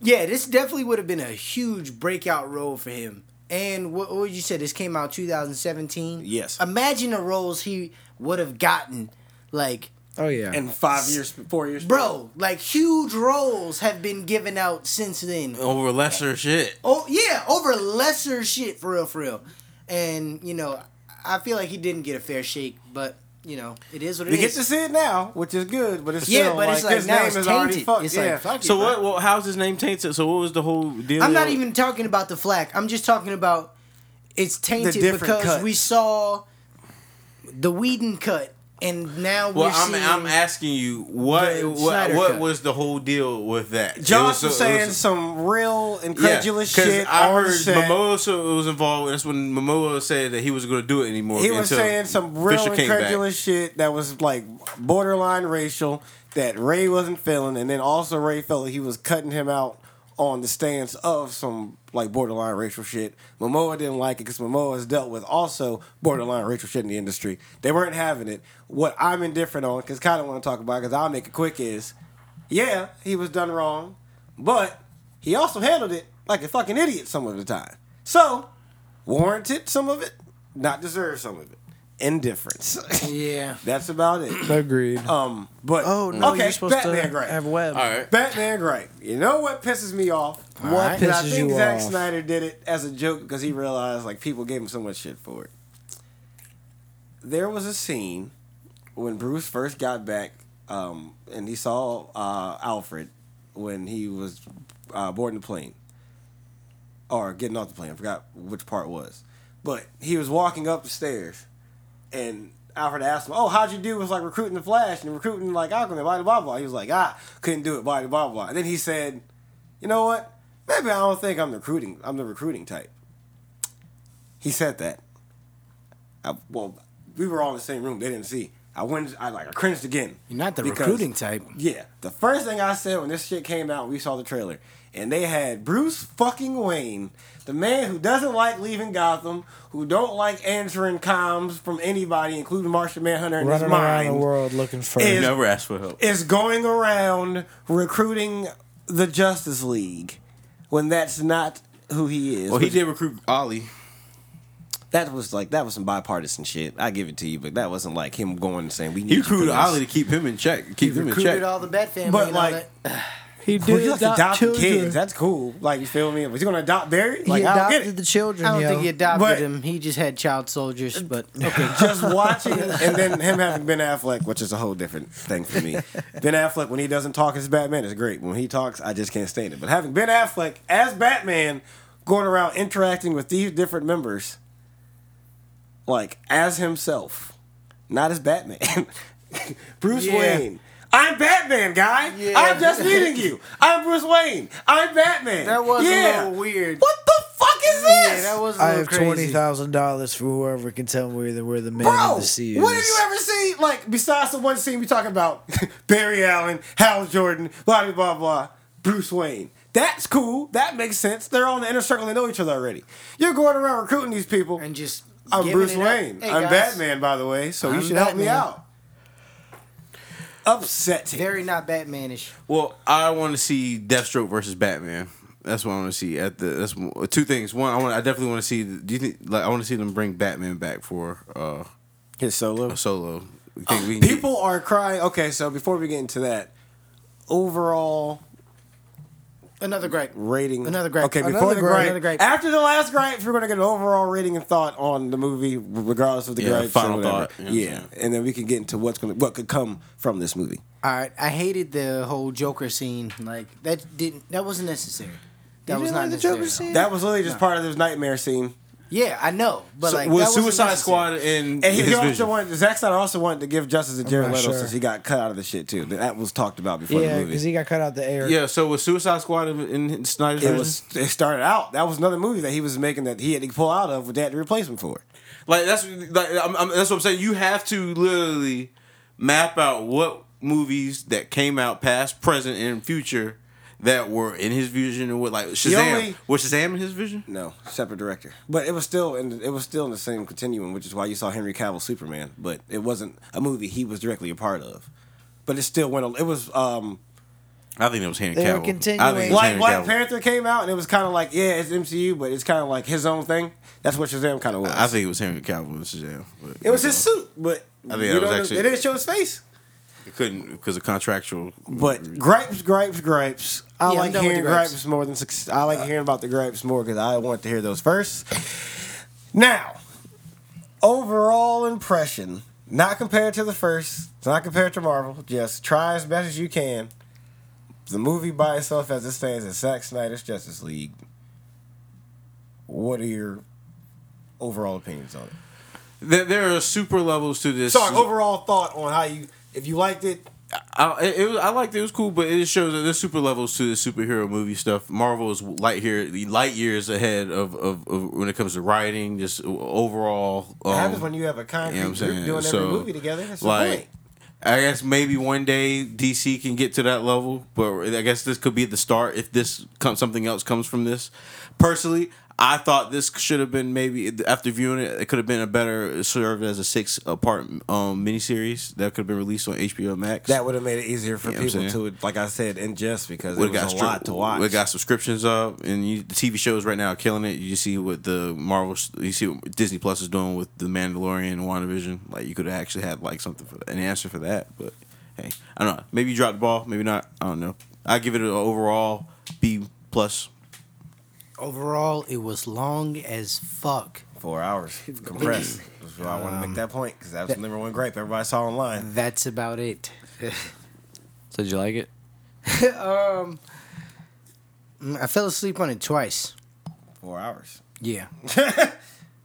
S3: yeah, this definitely would have been a huge breakout role for him. And what, what you said, this came out 2017.
S4: Yes.
S3: Imagine the roles he would have gotten, like
S2: Oh yeah.
S4: In five years, four years,
S3: bro, like huge roles have been given out since then.
S1: Over lesser shit.
S3: Oh yeah, over lesser shit for real, for real. And you know, I feel like he didn't get a fair shake, but you know, it is what it
S4: We
S3: is.
S4: get to see it now, which is good, but it's
S3: yeah,
S4: still
S3: but
S4: like,
S3: it's like
S4: his
S3: now
S4: name
S3: it's
S4: is already
S3: tainted.
S4: fucked.
S3: It's
S4: yeah.
S3: like fuck it,
S1: So
S3: bro.
S1: what? Well, how's his name tainted? So what was the whole deal?
S3: I'm not even talking about the flack. I'm just talking about it's tainted
S4: different
S3: because
S4: cuts.
S3: we saw the Whedon cut, and now we're
S1: Well, I'm,
S3: seeing.
S1: I'm asking you what
S3: The
S1: what,
S3: Snyder
S1: what
S3: Cut.
S1: was the whole deal with that?
S4: Josh was,
S1: It it
S4: saying some real
S1: yeah,
S4: incredulous
S1: 'cause
S4: shit.
S1: I
S4: on
S1: heard
S4: set.
S1: Momoa was involved. That's when Momoa said that he was going to do it anymore.
S4: He was
S1: until
S4: saying some real
S1: Fisher came back.
S4: incredulous shit that was like borderline racial that Ray wasn't feeling, and then also Ray felt like he was cutting him out on the stance of some like borderline racial shit. Momoa didn't like it because Momoa has dealt with also borderline racial shit in the industry. They weren't having it. What I'm indifferent on, because kind of want to talk about, because I'll make it quick, is yeah, he was done wrong, but he also handled it like a fucking idiot some of the time. So, warranted some of it, not deserved some of it. Indifference.
S3: yeah.
S4: That's about it.
S2: Agreed.
S4: Um, but
S2: oh no,
S4: okay,
S2: you're supposed
S4: Batman
S2: to
S4: Gripe.
S2: have web.
S1: All right.
S4: Batman Gripe. You know what pisses me off?
S2: What Alright.
S4: And I
S2: pisses
S4: think
S2: you
S4: Zack
S2: off?
S4: Snyder did it as a joke because he realized like people gave him so much shit for it. There was a scene when Bruce first got back, um, and he saw uh, Alfred when he was uh, boarding the plane or getting off the plane. I forgot which part was, but he was walking up the stairs, and Alfred asked him, "Oh, how'd you do with like recruiting the Flash and recruiting like Aquaman?" Blah blah blah. blah. He was like, "Ah, couldn't do it." Blah blah blah. And then he said, "You know what? Maybe I don't think I'm the recruiting. I'm the recruiting type." He said that. I, well, we were all in the same room. They didn't see. I went. I like. I cringed again.
S3: You're not the
S4: Because-
S3: recruiting type.
S4: yeah, the first thing I said when this shit came out, we saw the trailer, and they had Bruce fucking Wayne, the man who doesn't like leaving Gotham, who don't like answering comms from anybody, including Martian Manhunter and
S2: Running
S4: his
S2: around
S4: mind,
S2: the world looking for
S4: is-
S1: Never asked for help.
S4: is going around recruiting the Justice League when that's not who he is.
S1: Well, he
S4: Which-
S1: did recruit Ollie.
S4: That was like that was some bipartisan shit. I give it to you, but that wasn't like him going and saying we need
S1: He
S4: you for
S1: recruited
S4: this.
S1: Ollie to keep him in check. Keep him in
S3: Recruited
S1: check.
S3: all the Bat family,
S4: But,
S3: and
S4: like,
S3: all that.
S2: He
S4: Well,
S2: did
S4: he likes
S2: adopt,
S4: adopting
S2: children.
S4: kids. That's cool. Like you feel me? Was he gonna adopt Barry?
S2: he
S4: Like I don't get
S2: adopted
S4: it.
S2: the children.
S3: I don't
S2: yo.
S3: think he adopted
S4: But- Uh,
S3: him. He just had child soldiers, but [laughs] okay.
S4: just watching [laughs] and then him having Ben Affleck, which is a whole different thing for me. Ben Affleck when he doesn't talk as Batman is great. When he talks, I just can't stand it. But having Ben Affleck as Batman going around interacting with these different members, like as himself, not as Batman. [laughs] Bruce
S3: Yeah.
S4: Wayne. I'm Batman, guy.
S3: Yeah.
S4: I'm just meeting you. I'm Bruce Wayne. I'm Batman.
S3: That was
S4: yeah.
S3: a little weird.
S4: What the fuck is
S3: Yeah,
S4: this?
S3: that was a
S2: I
S3: little
S2: have
S3: crazy.
S2: twenty thousand dollars for whoever can tell me that we're the man
S4: Bro,
S2: of the sea.
S4: what have
S2: is.
S4: you ever seen? Like besides the one scene we talking about, [laughs] Barry Allen, Hal Jordan, blah blah blah, blah Bruce Wayne. That's cool. That makes sense. They're all in the inner circle. They know each other already. You're going around recruiting these people.
S3: and just
S4: I'm
S3: giving
S4: Bruce
S3: it up.
S4: Wayne.
S3: Hey,
S4: I'm
S3: guys.
S4: Batman, by the way. So you
S3: I'm
S4: should help me
S3: Batman.
S4: out. Upsetting.
S3: Very not Batmanish.
S1: Well, I want to see Deathstroke versus Batman. That's what I want to see. At the that's two things. One, I want. I definitely want to see. Do you think? Like, I want to see them bring Batman back for uh,
S4: His solo.
S1: a solo. You think we can get-
S4: Uh, People are crying. Okay, so before we get into that, overall
S3: Another gripe.
S4: rating.
S3: Another gripe.
S4: Okay,
S3: Another
S4: before the
S3: gripe.
S4: gripe,
S3: Another gripe.
S4: After the last gripe, if we're going to get an overall rating and thought on the movie, regardless of the
S1: Yeah,
S4: gripe. gripes.
S1: final
S4: or whatever.
S1: thought, you know what I'm
S4: yeah, and then we can get into what's going to what could come from this movie.
S3: All right, I hated the whole Joker scene. Like that didn't that wasn't necessary. That
S2: You
S3: was
S2: didn't
S3: not
S2: like the
S3: necessary.
S2: Joker scene?
S4: That was literally just part of this nightmare scene.
S3: Yeah, I know, but
S1: So,
S3: like
S1: was
S3: that wasn't
S1: Suicide
S3: necessary.
S1: Squad in
S4: And he,
S1: his
S4: he also
S1: vision?
S4: wanted Zack Snyder also wanted to give justice to Jared
S2: not
S4: Leto
S2: sure.
S4: since he got cut out of the shit too. That was talked about before
S2: Yeah,
S4: the
S2: because
S4: movie.
S2: he got cut out the air.
S1: Yeah. So was Suicide Squad in, in Snyder's
S4: It
S1: version?
S4: was it started out. That was another movie that he was making that he had to pull out of. They had to replace him for.
S1: Like that's like I'm, I'm, that's what I'm saying. You have to literally map out what movies that came out past, present, and future that were in his vision and what like Shazam
S4: only-
S1: was Shazam in his vision?
S4: No, separate director. But it was still in it was still in the same continuum, which is why you saw Henry Cavill Superman. But it wasn't a movie he was directly a part of. But it still went. al- It was um,
S1: I think it was Henry
S2: They were
S1: Cavill. I think
S2: continuing-
S1: it was
S4: like
S1: Henry
S4: Black
S1: Cavill.
S4: Panther came out, and it was kind of like yeah, it's MCU, but it's kind of like his own thing. That's what Shazam kind of was.
S1: I think it was Henry Cavill in Shazam. but,
S4: it was
S1: you
S4: his
S1: know,
S4: suit, but you
S1: I think that was
S4: don't know-
S1: actually-
S4: it didn't show his face.
S1: It couldn't because of contractual.
S4: But gripes, gripes, gripes. I
S3: Yeah, I'm
S4: like
S3: done with
S4: hearing
S3: the
S4: gripes.
S3: gripes.
S4: more than success. I
S1: Uh.
S4: like hearing about the gripes more because I want to hear those first. Now, overall impression, not compared to the first, it's not compared to Marvel. Just try as best as you can. The movie by itself, as it stands, is Zack Snyder's Justice League. What are your overall opinions on it?
S1: There, there are super levels to this.
S4: Sorry, overall thought on how you, if you liked it,
S1: I, it, it was, I liked it. It was cool, but it just shows that there's super levels to the superhero movie stuff. Marvel is light here, light years ahead of, of, of when it comes to writing, just overall. Um,
S4: It happens when you have a concrete
S1: you know what I'm
S4: group
S1: saying?
S4: doing
S1: So,
S4: every movie together. That's the
S1: like,
S4: point.
S1: I guess maybe one day DC can get to that level, but I guess this could be the start if this comes something else comes from this. Personally, I thought this should have been maybe after viewing it, it could have been a better served as a six uh, part um, miniseries that could have been released on HBO Max.
S4: That would have made it easier for
S1: You know what I'm
S4: people to, like I said, ingest because it
S1: We
S4: was
S1: got
S4: a
S1: stri-
S4: lot to watch.
S1: We got subscriptions up, and you, the TV shows right now are killing it. You see what the Marvel, you see what Disney Plus is doing with the Mandalorian, and WandaVision. Like you could have actually had like something for an answer for that. But hey, I don't know. Maybe you dropped the ball. Maybe not. I don't know. I give it an overall B plus.
S3: Overall, it was long as fuck.
S4: four hours compressed. That's why I want
S1: Um,
S4: to make that point because that was the number one gripe everybody saw online.
S3: That's about it.
S2: So did you like it?
S3: [laughs] um, mm, I fell asleep on it twice.
S4: Four hours.
S3: Yeah,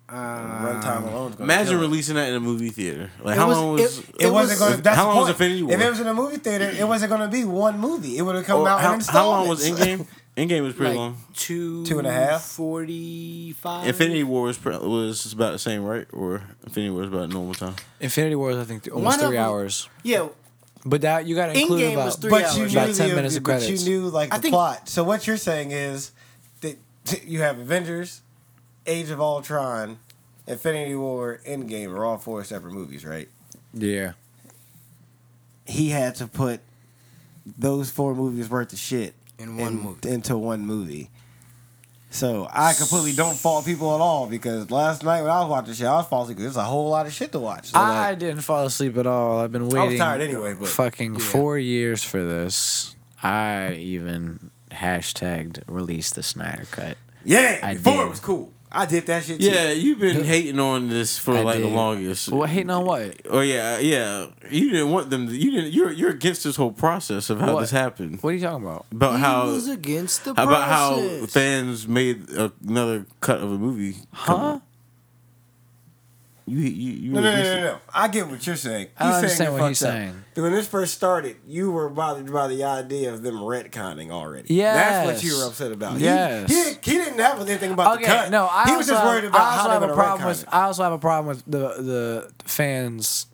S4: Runtime alone. is gonna
S1: Um, Imagine
S4: kill it.
S1: releasing that in a movie theater. Like
S3: It
S1: how
S3: was-
S1: long was?
S3: it-
S4: It, wasn't going. to That's
S1: how
S4: the
S1: long was
S4: point.
S1: Infinity War? Mm.
S4: If it was in a movie theater, it wasn't going to be one movie. It would have come
S1: or
S4: out
S1: how,
S4: in
S1: how long was
S4: installments. [laughs]
S1: Endgame? Endgame was pretty long.
S3: two,
S4: Two and a half?
S3: forty-five.
S1: Infinity War was pre- was about the same, right? Or Infinity War was about normal time.
S2: Infinity War is I think th-
S3: One
S2: almost
S3: of
S2: three
S3: them-
S2: hours.
S3: Yeah,
S2: But that you got to include
S3: Endgame
S2: about
S3: was three
S2: but
S4: but you
S3: hours.
S4: knew
S2: about ten
S4: the-
S2: minutes of
S4: but
S2: credits.
S4: you knew like the
S3: I think-
S4: plot. So what you're saying is that [laughs] you have Avengers, Age of Ultron, Infinity War, Endgame are all four separate movies, right?
S2: yeah,
S4: He had to put those four movies worth of shit
S3: in one
S4: in-
S3: movie.
S4: into one movie. So I completely don't fault people at all because last night when I was watching shit, I was faulty because there's a whole lot of shit to watch. So
S2: I
S4: like,
S2: didn't fall asleep at all. I've been waiting.
S4: I was tired anyway, but
S2: fucking four years for this. I even hashtagged release the Snyder cut.
S4: yeah,
S2: I
S4: before
S2: did.
S4: it was cool. I did that shit.
S1: Yeah,
S4: too.
S1: you've been hating on this for
S2: I
S1: like the
S2: did.
S1: longest.
S2: Well, hating on what?
S1: Oh yeah, yeah. You didn't want them. To, you didn't. You're you're against this whole process of how
S2: What?
S1: this happened.
S2: What are you talking about?
S1: About
S3: He
S1: how
S3: was against the
S1: about how
S3: process.
S1: fans made a- another cut of a movie. come
S2: Huh?
S1: out. You you you.
S4: No,
S1: were
S4: no, no,
S1: against
S4: no,
S1: it.
S4: no. I get what you're saying.
S2: I don't
S4: He's
S2: understand
S4: saying
S2: what
S4: you're
S2: he's
S4: fucked up.
S2: saying.
S4: When this first started, you were bothered by the idea of them retconning already. that's what you
S2: Yes.
S4: were upset about. He-
S2: Yes.
S4: he, didn't- he, didn't have anything about the
S2: Okay,
S4: cut.
S2: no, I
S4: he
S2: also
S4: was just
S2: have-
S4: worried about
S2: I also
S4: how
S2: have
S4: they
S2: a
S4: were
S2: problem
S4: retconning.
S2: with. I also have a problem with the the fans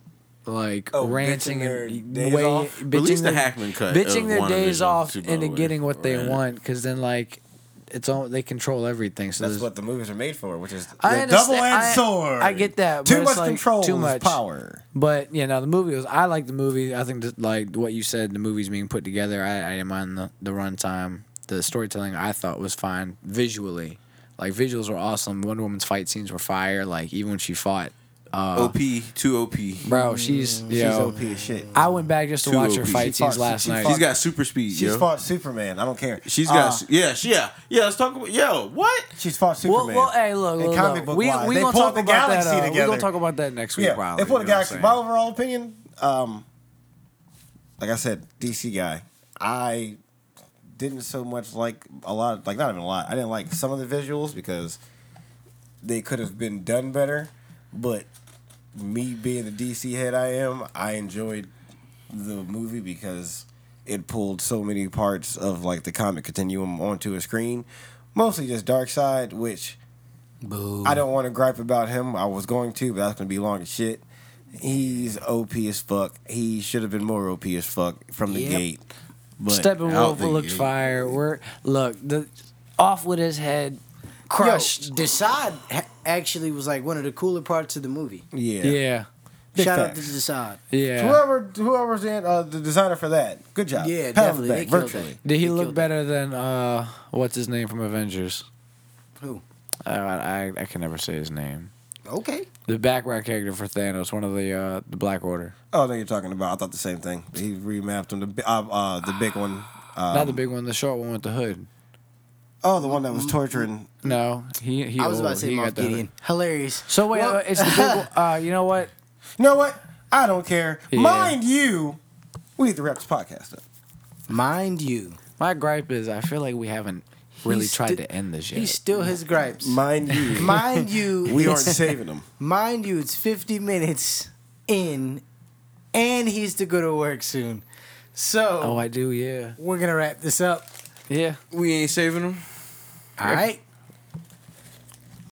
S2: like
S4: Oh,
S2: ranting
S4: bitching their
S2: and
S4: days
S2: way
S4: off?
S1: Release
S2: bitching
S1: the
S2: their,
S1: Hackman cut
S2: bitching
S1: of
S2: their days
S1: WandaVision,
S2: off
S1: too, by
S2: into
S1: the way.
S2: getting what they
S1: Right.
S2: want because then like it's all they control everything. So
S4: That's
S2: there's-
S4: what the movies are made for, which is
S2: I
S4: the
S2: understand-
S4: double-edged
S2: I-
S4: sword.
S2: I get that,
S4: Too
S2: but it's
S4: much
S2: like
S4: control,
S2: too
S4: is
S2: much.
S4: power.
S2: But yeah, no, the movie was. I like the movie. I think that, like what you said, the movie's being put together. I, I didn't mind the the runtime. The storytelling I thought was fine visually. Like visuals were awesome. Wonder Woman's fight scenes were fire. Like even when she fought, uh,
S1: OP two OP.
S2: bro, she's you
S4: She's
S2: know,
S4: OP as shit.
S2: I went back just to
S1: Too
S2: watch her
S1: OP.
S2: fight
S4: She fought-
S2: scenes last
S4: she
S2: night.
S1: She's got super speed.
S4: She's
S1: yo.
S4: fought Superman. I don't care.
S1: She's
S4: Uh,
S1: got yeah she- yeah yeah. Let's talk about yo what.
S4: she's fought
S2: well,
S4: Superman.
S2: well, hey, look,
S4: And
S2: look,
S4: comic
S2: look.
S4: book
S2: we
S4: wise,
S2: we
S4: they
S2: gonna
S4: pulled
S2: talk
S4: the
S2: about that.
S4: galaxy
S2: Uh, we
S4: together.
S2: gonna talk about that next week,
S4: Yeah,
S2: probably.
S4: if what
S2: you
S4: a
S2: know what I'm
S4: galaxy.
S2: saying?
S4: My overall opinion, um, like I said, DC guy. I didn't so much like a lot, like not even a lot. I didn't like some of the visuals because they could have been done better. But me being the DC head I am, I enjoyed the movie because it pulled so many parts of like the comic continuum onto a screen. Mostly just Dark Side, which I don't want to gripe about him. I was going to, but that's gonna be long as shit. He's OP as fuck. He should have been more OP as fuck from the
S3: Yep.
S4: gate.
S1: But I don't
S2: Steppenwolf
S1: think
S2: looked
S1: it-
S2: fire. We're look the off with his head, crushed.
S3: Yo, Desaad ha- actually was like one of the cooler parts of the movie.
S4: Yeah.
S2: yeah,
S4: Big
S3: Shout
S4: facts.
S3: out to Desaad.
S2: yeah.
S4: Whoever whoever's in uh, the designer for that, good job.
S3: Yeah,
S4: Pat on
S3: definitely.
S4: the
S3: They
S4: back,
S3: killed
S4: virtually.
S3: that.
S2: Did
S3: They
S2: he look
S3: killed
S2: better than uh what's his name from Avengers?
S3: Who?
S2: Uh, I I can never say his name.
S3: it. Okay.
S2: The background character for Thanos, one of the uh the Black Order,
S4: Oh, I know you're talking about. I thought the same thing. He remapped him the bi- uh, uh, the big one. Uh,
S2: not the big one, the short one with the hood.
S4: oh, the one that was torturing.
S2: No, he he.
S3: I was about
S2: old.
S3: to say
S2: He
S3: Moff
S2: got the [laughs]
S3: Gideon.
S2: hood.
S3: Hilarious.
S2: So wait,
S3: Well-
S2: uh, it's the [laughs] big. one- Uh, you know what?
S4: You know what? I don't care.
S2: Yeah.
S4: Mind you, we need to wrap this podcast up.
S3: Mind you.
S2: My gripe is I feel like we haven't really
S3: he's
S2: tried
S3: sti-
S2: to end this yet.
S3: He still has gripes.
S4: Mind you, [laughs]
S3: Mind you.
S4: we aren't
S3: it's-
S4: saving them.
S3: Mind you, it's 50 minutes in, and he's to go to work soon. So
S2: oh, I do. Yeah,
S3: we're gonna wrap this up.
S2: yeah.
S1: We ain't saving them.
S3: All right.